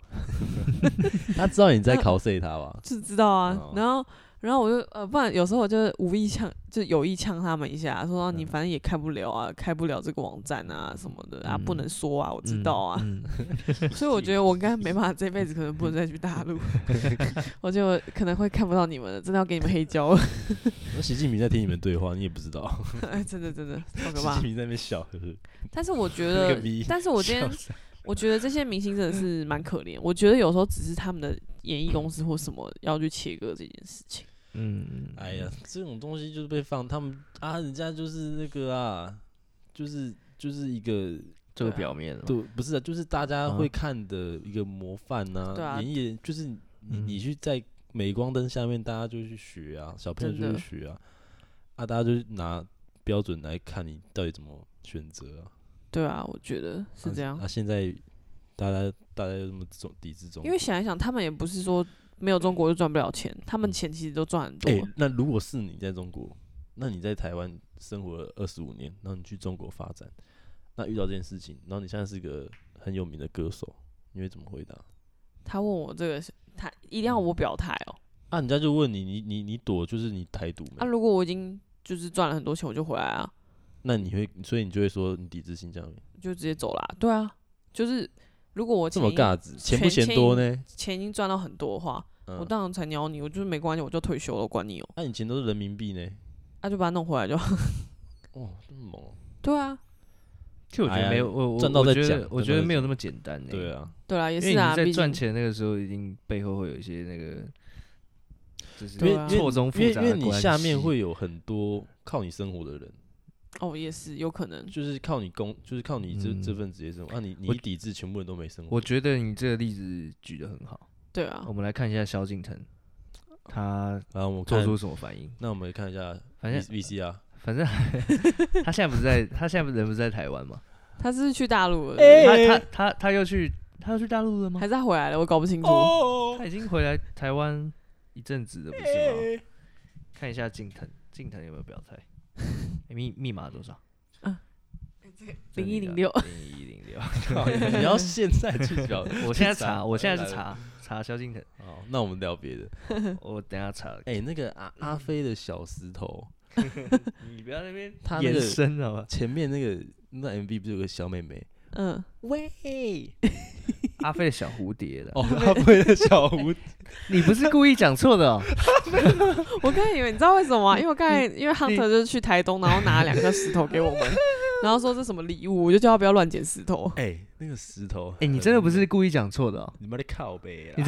Speaker 3: 他知道你在考 C 他吧？
Speaker 1: 就知道啊。
Speaker 3: 哦
Speaker 1: 然后，然后我就呃，不然有时候我就是无意呛，就有意呛他们一下，说啊你
Speaker 3: 嗯
Speaker 1: 反正也开不了啊，开不了这个网站啊什么的啊，不
Speaker 2: 嗯
Speaker 1: 能说啊，我知道啊。
Speaker 2: 嗯，嗯
Speaker 1: 所以我觉得我应该没办法，这辈子可能不能再去大陆，我就可能会看不到你们了，真的要给你们黑胶了，
Speaker 3: 那习近平在听你们对话，你也不知道，
Speaker 1: 真的真的好可
Speaker 3: 习
Speaker 1: 怕
Speaker 3: 近。平在那边笑呵呵。
Speaker 1: 但是我觉
Speaker 3: 那个
Speaker 1: 得
Speaker 3: V，
Speaker 1: 但是我今天
Speaker 3: 笑死嗯
Speaker 1: 我觉得这些明星真的是蛮可怜，我觉得有时候只是他们的演艺公司或什么要去切割这件事情。
Speaker 2: 嗯，
Speaker 3: 哎呀，这种东西就是被放，他们啊，人家就是那个啊，就是就是一个
Speaker 2: 这
Speaker 1: 对
Speaker 2: 个
Speaker 1: 啊嗯
Speaker 2: 表面了，
Speaker 3: 对，不是啊，就是大家
Speaker 2: 啊
Speaker 3: 会看的一个模范呐、
Speaker 1: 对啊
Speaker 3: 演艺人就是你你
Speaker 2: 嗯
Speaker 3: 去在镁光灯下面，大家就去学啊，小朋友
Speaker 1: 真
Speaker 3: 就
Speaker 1: 的
Speaker 3: 去学啊，啊，大家就拿标准来看你到底怎么选择啊，
Speaker 1: 对啊，我觉得是
Speaker 3: 啊
Speaker 1: 这样
Speaker 3: 啊，，现在大家大家又这么中抵制中国，
Speaker 1: 因为想一想，他们也不是说没有中国就赚不了钱，他们钱其实都赚很多
Speaker 3: 哎、。那如果是你在中国，那你在台湾生活了二十五年，然后你去中国发展，那遇到这件事情，然后你现在是个很有名的歌手，你会怎么回答？
Speaker 1: 他问我这个是，他一定要我表态哦。
Speaker 3: 啊，人家就问你，你你你躲就是你台独嘛？
Speaker 1: 啊，如果我已经就是赚了很多钱，我就回来啊，
Speaker 3: 那你会，所以你就会说你抵制新疆民，
Speaker 1: 就直接走啦。对啊，就是如果我
Speaker 3: 这
Speaker 1: 钱
Speaker 3: 么
Speaker 1: 已经
Speaker 3: 尬子，钱不
Speaker 1: 钱
Speaker 3: 嫌多呢？
Speaker 1: 钱已经赚到很多的话，我
Speaker 3: 嗯，
Speaker 1: 当然才鸟你，我就是没关系，我就退休了，我管你哦，
Speaker 3: 那、你钱都是人民币呢？
Speaker 1: 那、就把它弄回来就好。
Speaker 3: 哦，这么猛哦，
Speaker 1: 对啊，
Speaker 2: 其实我觉
Speaker 3: 哎呀
Speaker 2: 得没有，我我
Speaker 3: 赚到
Speaker 2: 我
Speaker 3: 再
Speaker 2: 觉
Speaker 3: 讲
Speaker 2: 得我
Speaker 3: 赚
Speaker 2: 觉
Speaker 3: 到
Speaker 2: 得
Speaker 3: 再
Speaker 2: 没有那么简单欸呢。
Speaker 3: 对，啊，
Speaker 1: 对啊，也
Speaker 2: 因为
Speaker 1: 是
Speaker 2: 你
Speaker 1: 啊，
Speaker 2: 在
Speaker 1: 毕
Speaker 2: 赚
Speaker 1: 竟
Speaker 2: 钱那个时候，一定背后会有一些那个，就是
Speaker 1: 对
Speaker 3: 因
Speaker 1: 啊
Speaker 3: 为
Speaker 2: 错综复
Speaker 3: 因为因
Speaker 2: 杂
Speaker 3: 为
Speaker 2: 的
Speaker 3: 你
Speaker 2: 关
Speaker 3: 下
Speaker 2: 系
Speaker 3: 面会有很多靠你生活的人，
Speaker 1: 哦，也是有可能。
Speaker 3: 就是靠你工，就是靠你这、这
Speaker 2: 嗯
Speaker 3: 份职业生活。啊你，你
Speaker 2: 我
Speaker 3: 一抵制，全部人都没生活。
Speaker 2: 我觉得你这个例子举得很好，
Speaker 1: 对啊
Speaker 3: 哦
Speaker 2: 我，们来看一下萧敬腾，他
Speaker 3: 然后我们
Speaker 2: 做
Speaker 3: 看，
Speaker 2: 出什么反应。
Speaker 3: 那我们看一下
Speaker 2: 反
Speaker 3: V
Speaker 2: 正
Speaker 3: V C R，
Speaker 2: 反正 他现在不是在，他现在人不是在台湾 吗？
Speaker 1: 他是去大陆了，
Speaker 3: 哎
Speaker 2: 他他他他又去他又去大陆了吗
Speaker 1: 还？是他回来了？我搞不清楚。
Speaker 2: 他已经回来台湾一阵子了，不
Speaker 3: 哎
Speaker 2: 是吗？看一下敬腾，敬腾有没有表 态？诶密密码多少？
Speaker 1: 啊零一零六，
Speaker 2: 零一零六。
Speaker 3: 你要现在去表，
Speaker 2: 我现在
Speaker 3: 去查
Speaker 2: 查，我现在
Speaker 3: 来
Speaker 2: 是
Speaker 3: 来
Speaker 2: 查查萧敬腾，
Speaker 3: 好，那我们聊别的。
Speaker 2: 我等一下查。
Speaker 3: 哎、那个阿阿飞的小石头，
Speaker 2: 你不要那边
Speaker 3: 他那
Speaker 2: 延
Speaker 3: 个
Speaker 2: 伸好吧？
Speaker 3: 前面那个那 MV 不是有个小妹妹？
Speaker 1: 嗯，
Speaker 3: 喂，
Speaker 2: 阿飞的小蝴蝶了，
Speaker 3: 哦，阿飞的小蝴，
Speaker 2: 你不是故意讲错的哦。
Speaker 1: 我刚才以为你知道为什么啊吗？因为我刚才因为 Hunter 就是去台东，然后拿了两颗石头给我 们，然后说这什么礼物，我就叫他不要乱捡石头。
Speaker 3: 哎、那个石头，哎
Speaker 2: 哎，你真的不是故意讲错的哦，
Speaker 3: 你妈的靠背啊
Speaker 2: 你！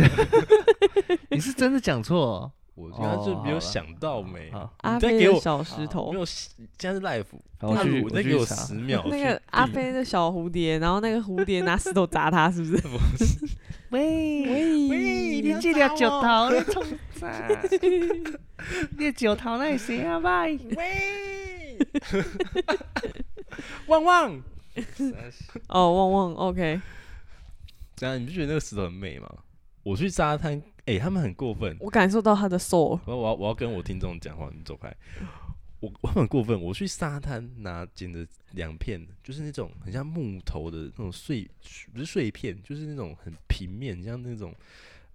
Speaker 2: 你是真的讲错哦。
Speaker 3: 我刚刚就没有
Speaker 2: 哦
Speaker 3: 想到没，
Speaker 2: 好，
Speaker 1: 阿
Speaker 3: 你再
Speaker 1: 飞
Speaker 3: 给
Speaker 1: 的
Speaker 3: 我
Speaker 1: 小石头
Speaker 3: 没，有，现在是 life，
Speaker 2: 好我
Speaker 3: 那
Speaker 2: 去
Speaker 3: 我
Speaker 2: 我
Speaker 3: 再给我
Speaker 2: 去查
Speaker 3: 十。秒 去
Speaker 1: 那
Speaker 3: 定。
Speaker 1: 个阿飞的小蝴蝶，然后那个蝴蝶拿石头砸他，是不是？
Speaker 2: 喂，
Speaker 1: 喂
Speaker 2: 你这条石头你冲啥？ 你石头那谁啊？喂，
Speaker 3: 喂，嗯旺旺，
Speaker 1: 哦，旺旺，OK，
Speaker 3: 怎样？你不觉得那个石头很美吗？我去沙滩，哎、他们很过分。
Speaker 1: 我感受到他的 soul，
Speaker 3: 我要我要我要跟我听众讲话，你走开。我我很过分，我去沙滩拿捡的两片，就是那种很像木头的那种碎，不是碎片，就是那种很平面，像那种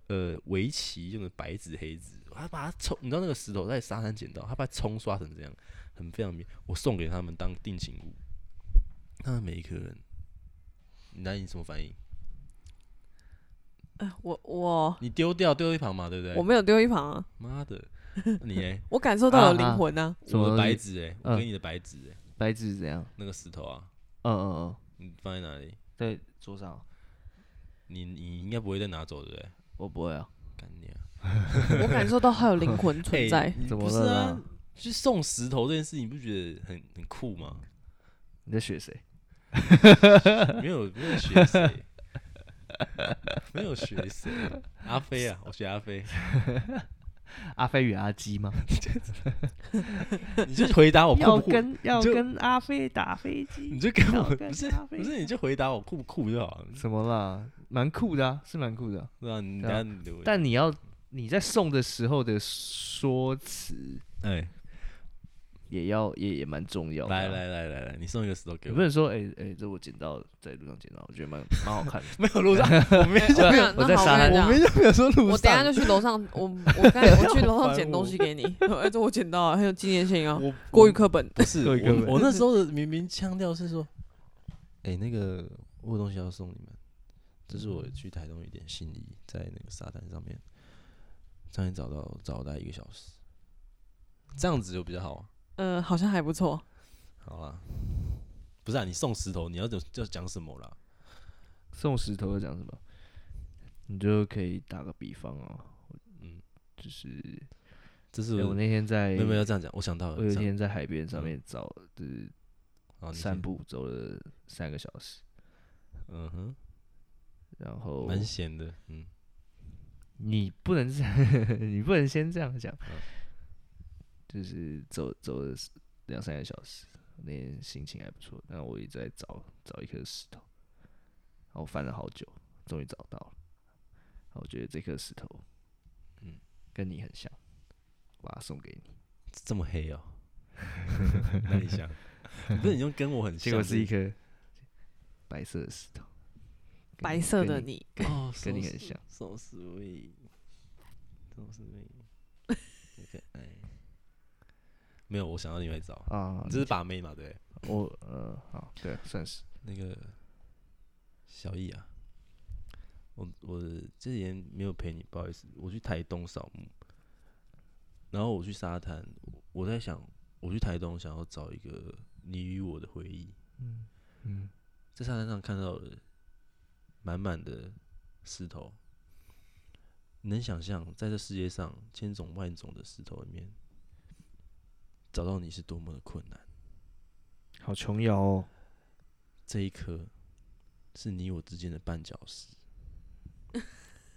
Speaker 3: 呃围棋用的白纸黑字。他把它冲，你知道那个石头在沙滩捡到，他把它冲刷成这样，很非常美。我送给他们当定情物，他们每一个人，你那你什么反应？
Speaker 1: 呃我
Speaker 2: 哦
Speaker 1: 我
Speaker 3: 你丢掉丢一旁嘛，对不
Speaker 1: 我
Speaker 3: 对？
Speaker 1: 没有丢一旁啊，
Speaker 3: 妈的，你哎、
Speaker 1: 我感受到有
Speaker 2: 啊啊
Speaker 1: 灵魂啊，
Speaker 2: 什么
Speaker 3: 我的
Speaker 2: 东
Speaker 3: 白
Speaker 2: 西
Speaker 3: 纸哎、我
Speaker 2: 嗯
Speaker 3: 给你的白纸哎、
Speaker 2: 白纸是怎样？
Speaker 3: 那个石头啊，
Speaker 2: 嗯嗯嗯，
Speaker 3: 你放在哪里？
Speaker 2: 在桌上哦，
Speaker 3: 你你应该不会再拿走，对不对？
Speaker 2: 我不会啊。
Speaker 3: 干你啊！
Speaker 1: 我感受到他有灵魂存在
Speaker 3: 哎。你
Speaker 2: 怎么
Speaker 3: 不是
Speaker 2: 了
Speaker 3: 啊
Speaker 2: 啦？
Speaker 3: 去送石头这件事，你不觉得很很酷 吗？
Speaker 2: 你在学谁？
Speaker 3: 没有没有学谁，没有学谁，阿飞啊，我学阿飞，
Speaker 2: 阿飞与阿基吗？
Speaker 3: 你就回答我 酷
Speaker 2: 要
Speaker 3: 不酷？
Speaker 2: 跟要
Speaker 3: 就
Speaker 2: 跟阿飞打飞
Speaker 3: 你
Speaker 2: 机？
Speaker 3: 就跟
Speaker 2: 要
Speaker 3: 我
Speaker 2: 跟
Speaker 3: 不是
Speaker 2: 阿飞
Speaker 3: 不是，你就回答我酷不酷就好了，
Speaker 2: 什么啦？蛮酷的啊，是蛮酷的啊、
Speaker 3: 对吧？你
Speaker 2: 对
Speaker 3: 等
Speaker 2: 啊
Speaker 3: 下你留
Speaker 2: 但你要你在送的时候的说辞，
Speaker 3: 哎，
Speaker 2: 也要也也蛮重要的、
Speaker 3: 来来，来来来，你送一个石头给
Speaker 2: 也
Speaker 3: 我
Speaker 2: 不。能说哎哎、这我捡到的，在路上捡到，我觉得蛮蛮好 看的。
Speaker 3: 没有路上，我没
Speaker 1: 我
Speaker 3: 有，
Speaker 1: 没有
Speaker 2: 我在
Speaker 1: 那好
Speaker 2: 沙
Speaker 1: 我跟
Speaker 2: 滩
Speaker 1: 你
Speaker 3: 我
Speaker 1: 讲
Speaker 3: 没有没有说路
Speaker 1: 我等一下
Speaker 3: 上
Speaker 1: 就。去楼 上，我我刚才我去楼
Speaker 3: 不要
Speaker 1: 上
Speaker 3: 哎烦哦
Speaker 1: 捡
Speaker 3: 我
Speaker 1: 东西给你， 哎，这我捡到了，还有纪念性哦，
Speaker 3: 我
Speaker 1: 国语课本。
Speaker 3: 不 是
Speaker 2: 各位各位
Speaker 3: 我，我那时候的明明腔调是说，哎、那个我有东西要送你们，这是我去台东一点心意，在那个沙滩上面，上面找到找了大概一个小时，这样子就比较好啊。
Speaker 1: 嗯，好像还不错。
Speaker 3: 好啦，不是啊，你送石头，你要讲要讲什么啦？
Speaker 2: 送石头讲什么？你就可以打个比方哦，
Speaker 3: 嗯，
Speaker 2: 就是、
Speaker 3: 这是
Speaker 2: 哎我
Speaker 3: 我、
Speaker 2: 那天在
Speaker 3: 没有没有要这样讲，我想到了，
Speaker 2: 我有一
Speaker 3: 这样
Speaker 2: 天在海边上
Speaker 3: 嗯
Speaker 2: 面找，就是
Speaker 3: 好你
Speaker 2: 散
Speaker 3: 先，
Speaker 2: 步走了三个小时，
Speaker 3: 嗯哼，
Speaker 2: 然后
Speaker 3: 蛮闲的，嗯，
Speaker 2: 你不能这样， 你不能先这样讲，就是走走了两三个小时，那天心情还不错，但我一直在找找一颗石头，然后翻了好久，终于找到了，然后我觉得这颗石头，嗯
Speaker 3: 嗯，
Speaker 2: 跟你很像，我把它送给你，
Speaker 3: 这么黑哦、 那你想， 不是你用跟我很像，
Speaker 2: 结果是一颗白色的石头，跟
Speaker 1: 白色的
Speaker 2: 跟你
Speaker 1: 你，
Speaker 3: 哦，
Speaker 2: 跟你
Speaker 3: 手
Speaker 2: 很
Speaker 3: 撕
Speaker 2: 像，
Speaker 3: 手撕味，手撕味，好可爱。没有，我想到另外一招，
Speaker 2: 啊
Speaker 3: 你，这是把妹嘛？对不对，
Speaker 2: 我呃好对，算是
Speaker 3: 那个小易啊，我我之前没有陪你，不好意思，我去台东扫墓，然后我去沙滩，我在想，我去台东想要找一个你与我的回忆，
Speaker 2: 嗯
Speaker 3: 在沙滩上看到了满满的石头，你能想象在这世界上千种万种的石头里面，找到你是多么的困难。
Speaker 2: 好琼瑶哦，
Speaker 3: 这一颗是你我之间的绊脚石。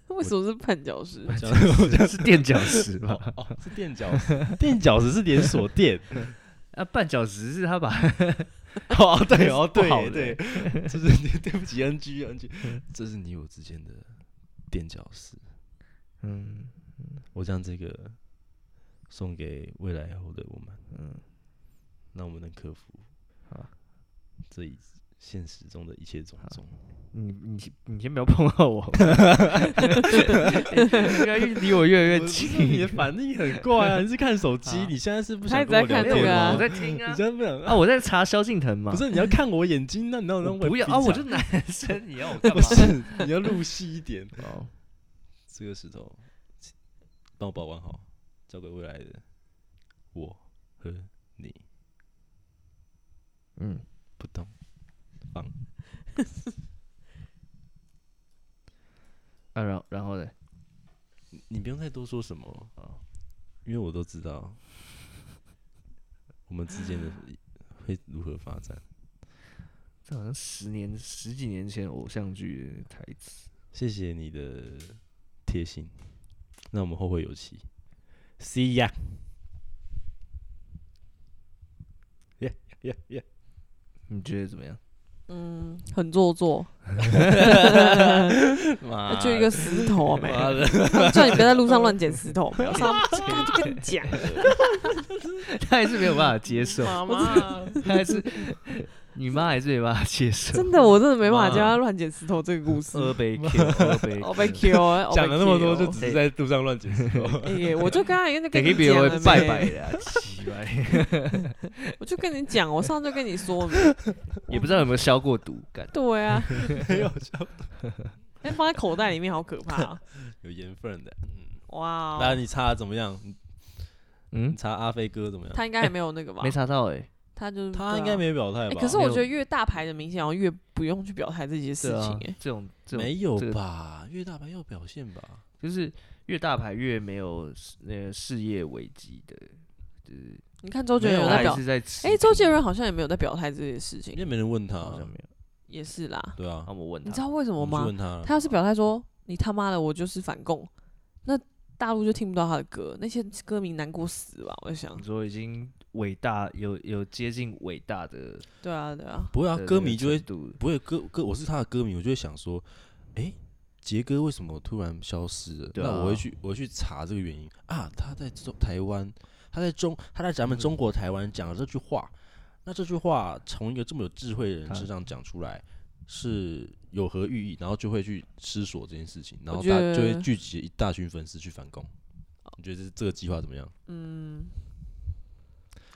Speaker 1: 为什么是绊脚石？
Speaker 3: 讲得 我
Speaker 2: 这是垫脚石吧？
Speaker 3: 哦，是垫脚石，垫脚石是连锁店。
Speaker 2: 啊，绊脚石是他把
Speaker 3: 哦， 对哦，
Speaker 2: 不
Speaker 3: 对
Speaker 2: 好
Speaker 3: 耶
Speaker 2: 的
Speaker 3: 对，就是 对不起，NG NG，这是你我之间的垫脚石。
Speaker 2: 嗯
Speaker 3: 我将这个送给未来后的我们，
Speaker 2: 嗯，
Speaker 3: 让我们能克服
Speaker 2: 好，
Speaker 3: 这一现实中的一切种种。
Speaker 2: 你你你先不要碰到 我，你应该越离我越来越
Speaker 3: 我
Speaker 2: 近
Speaker 3: 知。道你的反应很怪啊！你是看手机
Speaker 2: 啊，
Speaker 3: 你现在是不
Speaker 1: 他
Speaker 3: 想
Speaker 1: 一直
Speaker 3: 跟我
Speaker 1: 在
Speaker 3: 聊
Speaker 1: 看这
Speaker 2: 没有
Speaker 3: 天
Speaker 1: 个啊
Speaker 2: 我在
Speaker 3: 吗？
Speaker 2: 听
Speaker 3: 你
Speaker 2: 啊
Speaker 3: 现，在不想
Speaker 2: 啊，我在查萧敬腾嘛，
Speaker 3: 不是你要看我眼睛，那你要
Speaker 2: 我
Speaker 3: 让
Speaker 2: 不要啊，我就男生，你要 我干
Speaker 3: 不
Speaker 2: 嘛？
Speaker 3: 是你要入戏一点。
Speaker 2: 哦，
Speaker 3: 这个石头，帮我保管好，交给未来的我和你。
Speaker 2: 嗯，
Speaker 3: 不懂，放
Speaker 2: 啊，然后然后呢？
Speaker 3: 你不用再多说什么啊
Speaker 2: 哦，
Speaker 3: 因为我都知道我们之 间的会如何发展。
Speaker 2: 这好像十年十几年前偶像剧的台词。
Speaker 3: 谢谢你的贴心，让我们后会有期。See ya。Yeah, yeah, yeah.
Speaker 2: 你觉得怎么样？
Speaker 1: 嗯，很做 作，
Speaker 3: 妈
Speaker 1: 就一个石头啊没。
Speaker 3: 妈的，
Speaker 1: 叫你别在路上乱捡石头，没有上这个就跟你讲，
Speaker 2: 他还是没有办法接受，
Speaker 1: 妈妈，
Speaker 2: 他还是你妈还是没办法接受。
Speaker 1: 真的我真的没办法
Speaker 3: 妈
Speaker 1: 教他乱捡石头这个故 事。
Speaker 2: 二倍 Q，二
Speaker 1: 嗯
Speaker 2: 倍
Speaker 1: 我被 Q，我被
Speaker 3: 讲了那么多，
Speaker 1: Q
Speaker 3: 就只是在路上乱解 释。
Speaker 1: 哎，我就跟他一个
Speaker 2: 给
Speaker 1: 跟你
Speaker 2: 别人
Speaker 1: 讲
Speaker 2: 会
Speaker 1: 了没
Speaker 2: 拜拜，的、啊，奇怪，
Speaker 1: 我就跟你讲，我上次就跟你说了，
Speaker 2: 也不知道有没有消过毒，感
Speaker 1: 对啊，
Speaker 3: 没 有笑，
Speaker 1: 哎，放在口袋里面好可怕啊，
Speaker 3: 有缘分的。
Speaker 1: 哇
Speaker 3: 那
Speaker 1: 哦，
Speaker 3: 你擦得怎么样？你
Speaker 2: 嗯
Speaker 3: 你，擦阿飞哥怎么样？
Speaker 1: 他应该还没有那个吧
Speaker 2: 没？查到哎、
Speaker 1: 他就是
Speaker 3: 他
Speaker 1: 对
Speaker 3: 应该
Speaker 1: 啊
Speaker 3: 没表态
Speaker 1: 哎，
Speaker 3: 吧？
Speaker 1: 可是我
Speaker 2: 没有
Speaker 1: 觉得越大牌的明星，好像越不用去表态这些事
Speaker 2: 对
Speaker 1: 情
Speaker 2: 啊，，
Speaker 1: 哎，
Speaker 2: 这种这种
Speaker 3: 没有
Speaker 2: 这个
Speaker 3: 吧？岳大牌要表现吧？
Speaker 2: 就是越大牌越没有事那个事业危机的，
Speaker 1: 你看周杰伦
Speaker 3: 没
Speaker 1: 有
Speaker 3: 有
Speaker 1: 在表
Speaker 2: 他
Speaker 3: 啊
Speaker 2: 还是，在持
Speaker 1: 哎，周杰
Speaker 2: 平
Speaker 1: 伦好像也没有在表态这些事
Speaker 3: 因为
Speaker 1: 情，
Speaker 3: 没人问他
Speaker 2: 好像
Speaker 3: 啊，
Speaker 2: 没有，
Speaker 1: 也是啦，
Speaker 3: 对啊
Speaker 2: 那。我问他，
Speaker 1: 你知道为什么
Speaker 3: 我们去
Speaker 1: 吗？
Speaker 3: 问他，
Speaker 1: 他要是表态说你他妈的我就是反共，那大陆就听不到他的歌，那些歌迷难过死吧？我在想
Speaker 2: 你，
Speaker 3: 嗯
Speaker 2: 说已经伟大有有接近伟大的，
Speaker 1: 对啊对啊，
Speaker 3: 不会啊，
Speaker 2: 的
Speaker 3: 歌
Speaker 2: 那个
Speaker 3: 迷就会
Speaker 2: 程度
Speaker 3: 不会歌歌，我是他的歌迷，我就会想说，哎，杰哥为什么突然消失了？
Speaker 2: 对啊
Speaker 3: 那我会去我会去查这个原因啊，他在中台湾。他在中他在咱们中国台湾讲了这句话，那这句话从一个这么有智慧的人
Speaker 2: 他
Speaker 3: 身上讲出来，是有何寓意？然后就会去思索这件事情，然
Speaker 1: 我
Speaker 3: 后
Speaker 1: 觉
Speaker 3: 大就会
Speaker 1: 得
Speaker 3: 聚集一大群粉丝去反攻。你觉得这这个计划怎么样？
Speaker 1: 嗯，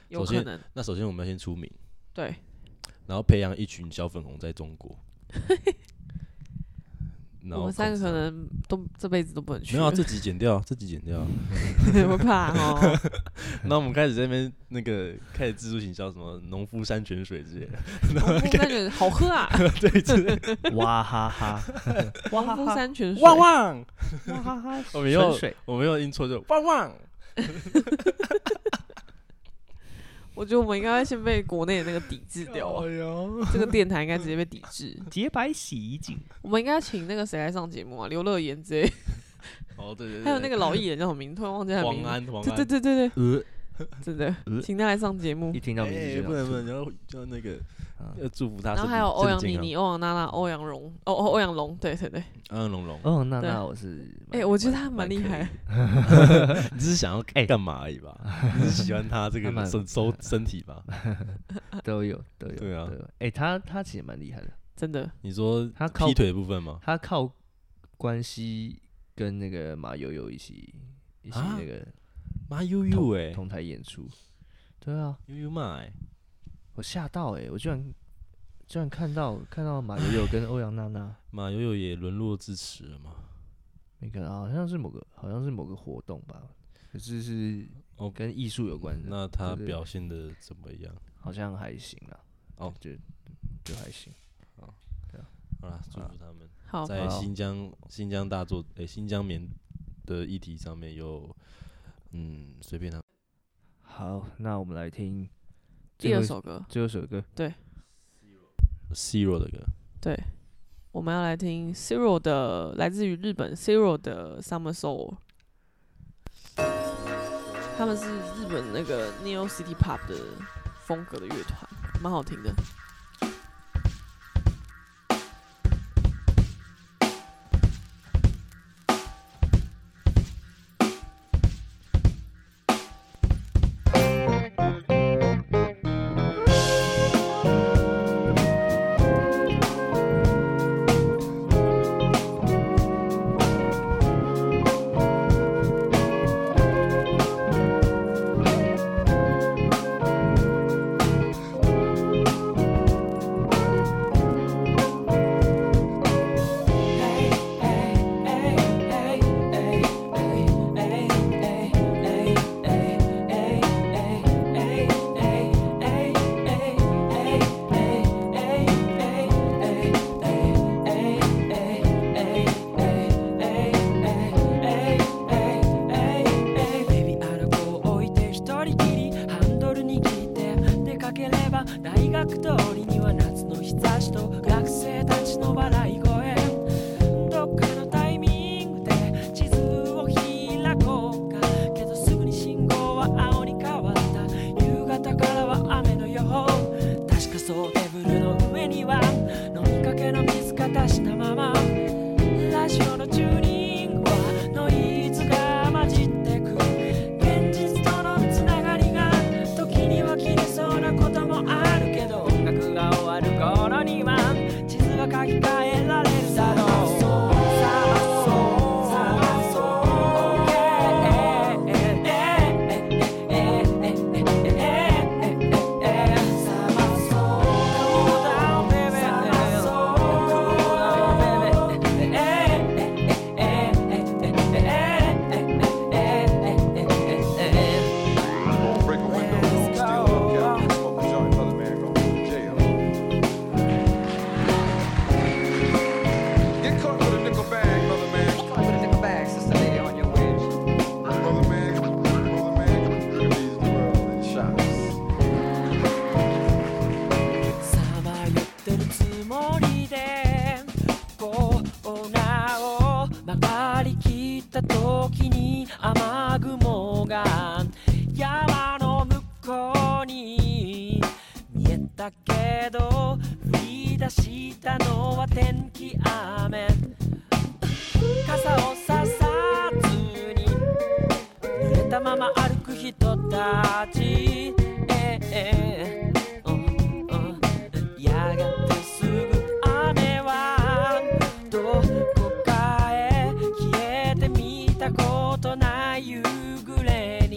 Speaker 1: 有
Speaker 3: 首
Speaker 1: 可
Speaker 3: 先
Speaker 1: 能，
Speaker 3: 那首先我们要先出名，
Speaker 1: 对，
Speaker 3: 然后培养一群小粉红在中 国。然
Speaker 1: 我
Speaker 3: 后
Speaker 1: 们三个
Speaker 3: 控制
Speaker 1: 可
Speaker 3: 他们
Speaker 1: 能都这辈子都不能去
Speaker 3: 没有
Speaker 1: 了，
Speaker 3: 啊、这集剪掉，这集剪掉。
Speaker 1: 会怕哦。
Speaker 3: 那我们开始在那边那个开始自助行销，什么农夫山泉水之类的，
Speaker 1: 农夫山泉好喝啊，
Speaker 3: 对，之类的
Speaker 2: 哇哈 哈，哇
Speaker 1: 农夫山泉水，
Speaker 3: 旺旺，
Speaker 2: 哇哈哈，
Speaker 3: 我们要
Speaker 2: 纯水
Speaker 3: 我们要音错就旺旺，
Speaker 1: 我觉得我们应该先被国内的那个抵制
Speaker 3: 哎
Speaker 1: 掉啊，
Speaker 3: 哟，
Speaker 1: 这个电台应该直接被抵制。
Speaker 2: 洁白洗衣精，
Speaker 1: 我们应该请那个谁来上节目啊，刘乐言之类，
Speaker 3: 哦对对，对
Speaker 1: 还有那个老艺人叫什么名，突然忘记他的
Speaker 3: 黄
Speaker 1: 名字。
Speaker 3: 安黄
Speaker 1: 对
Speaker 3: 安，
Speaker 1: 对对对
Speaker 3: 呃，
Speaker 1: 对，真的
Speaker 2: 呃，
Speaker 1: 请他来上节目
Speaker 2: 一。听到名字
Speaker 3: 哎
Speaker 2: 就
Speaker 3: 不能不
Speaker 2: 想
Speaker 3: 能，然后叫那个
Speaker 2: 啊
Speaker 3: 要祝福他身体，
Speaker 1: 然后还有欧阳
Speaker 3: 身体
Speaker 1: 妮
Speaker 3: 健
Speaker 1: 妮、欧哦阳娜娜、欧阳龙，哦哦欧阳龙，对对对。
Speaker 3: 康欧阳嗯龙龙，
Speaker 2: 吐。哦，那
Speaker 1: 对
Speaker 2: 那我是蛮，
Speaker 1: 哎，我觉得
Speaker 2: 蛮
Speaker 1: 他蛮厉害，
Speaker 3: 你只是想要
Speaker 2: 哎
Speaker 3: 干嘛而已吧？ 你是喜欢他这
Speaker 2: 他
Speaker 3: 个
Speaker 2: 蛮
Speaker 3: 身收身体 吧？
Speaker 2: 都有都有，
Speaker 3: 对啊
Speaker 2: 都有，哎，他他其实蛮厉害的，
Speaker 1: 真的。
Speaker 3: 你说
Speaker 2: 他靠
Speaker 3: 劈腿的部分吗？
Speaker 2: 他靠关系跟那个马友友一起一起
Speaker 3: 啊
Speaker 2: 那个
Speaker 3: 妈悠悠哎，
Speaker 2: 同台演出，对啊，
Speaker 3: 悠悠嘛哎，
Speaker 2: 我吓到哎、我居然居然看到看到马友友跟欧阳娜娜
Speaker 3: 马悠悠也沦落至此了嘛？
Speaker 2: 那个好像是某个好像是某个活动吧，可是是
Speaker 3: 哦
Speaker 2: 跟艺术有关的，
Speaker 3: 那他
Speaker 2: 嗯对对
Speaker 3: 表现的怎么样？
Speaker 2: 好像还行啦。
Speaker 3: 哦
Speaker 2: 就就还行，
Speaker 3: 好啦，祝
Speaker 2: 啊
Speaker 3: 福他们
Speaker 1: 好，
Speaker 3: 在
Speaker 2: 好
Speaker 3: 新疆新疆大作诶、新疆棉的议题上面有嗯随便他们
Speaker 2: 好，那我们来听
Speaker 1: 第
Speaker 2: 最后
Speaker 1: 二
Speaker 2: 一
Speaker 1: 首歌，
Speaker 2: 最后一首歌，
Speaker 3: Zero 的歌，
Speaker 1: 我们要来听 Zero 的，来自于日本 Zero 的 Summer Soul。他们是日本那个 Neo City Pop 的风格的乐团，蛮好听的。
Speaker 5: Baby 歩を置いて一人きりハンドル握って出かければ大学通りには夏の日差しと学生たちの笑い声どっかのタイミングで地図を開こうかけどすぐに信号は青に変わった夕方からは雨の予報確かそうテーブルの上には飲みかけの水が出したままラジオのチューニングはノイズが混じってく現実とのつながりが時には切れそうなこともあるけど音楽が終わる頃には地図は書き換えられるだろう
Speaker 6: Get caught with a nickel bag, mother man. Brother man, brother man, you leave the world in shocks.
Speaker 5: さまよってるつもりでコーナーを曲がりきった時に雨雲が山の向こうに見えたけど降り出したのは天気雨傘をささずに濡れたまま歩く
Speaker 4: く人たち、ええうんうんやがてすぐ雨はどこかへ消えてみたことない夕暮れ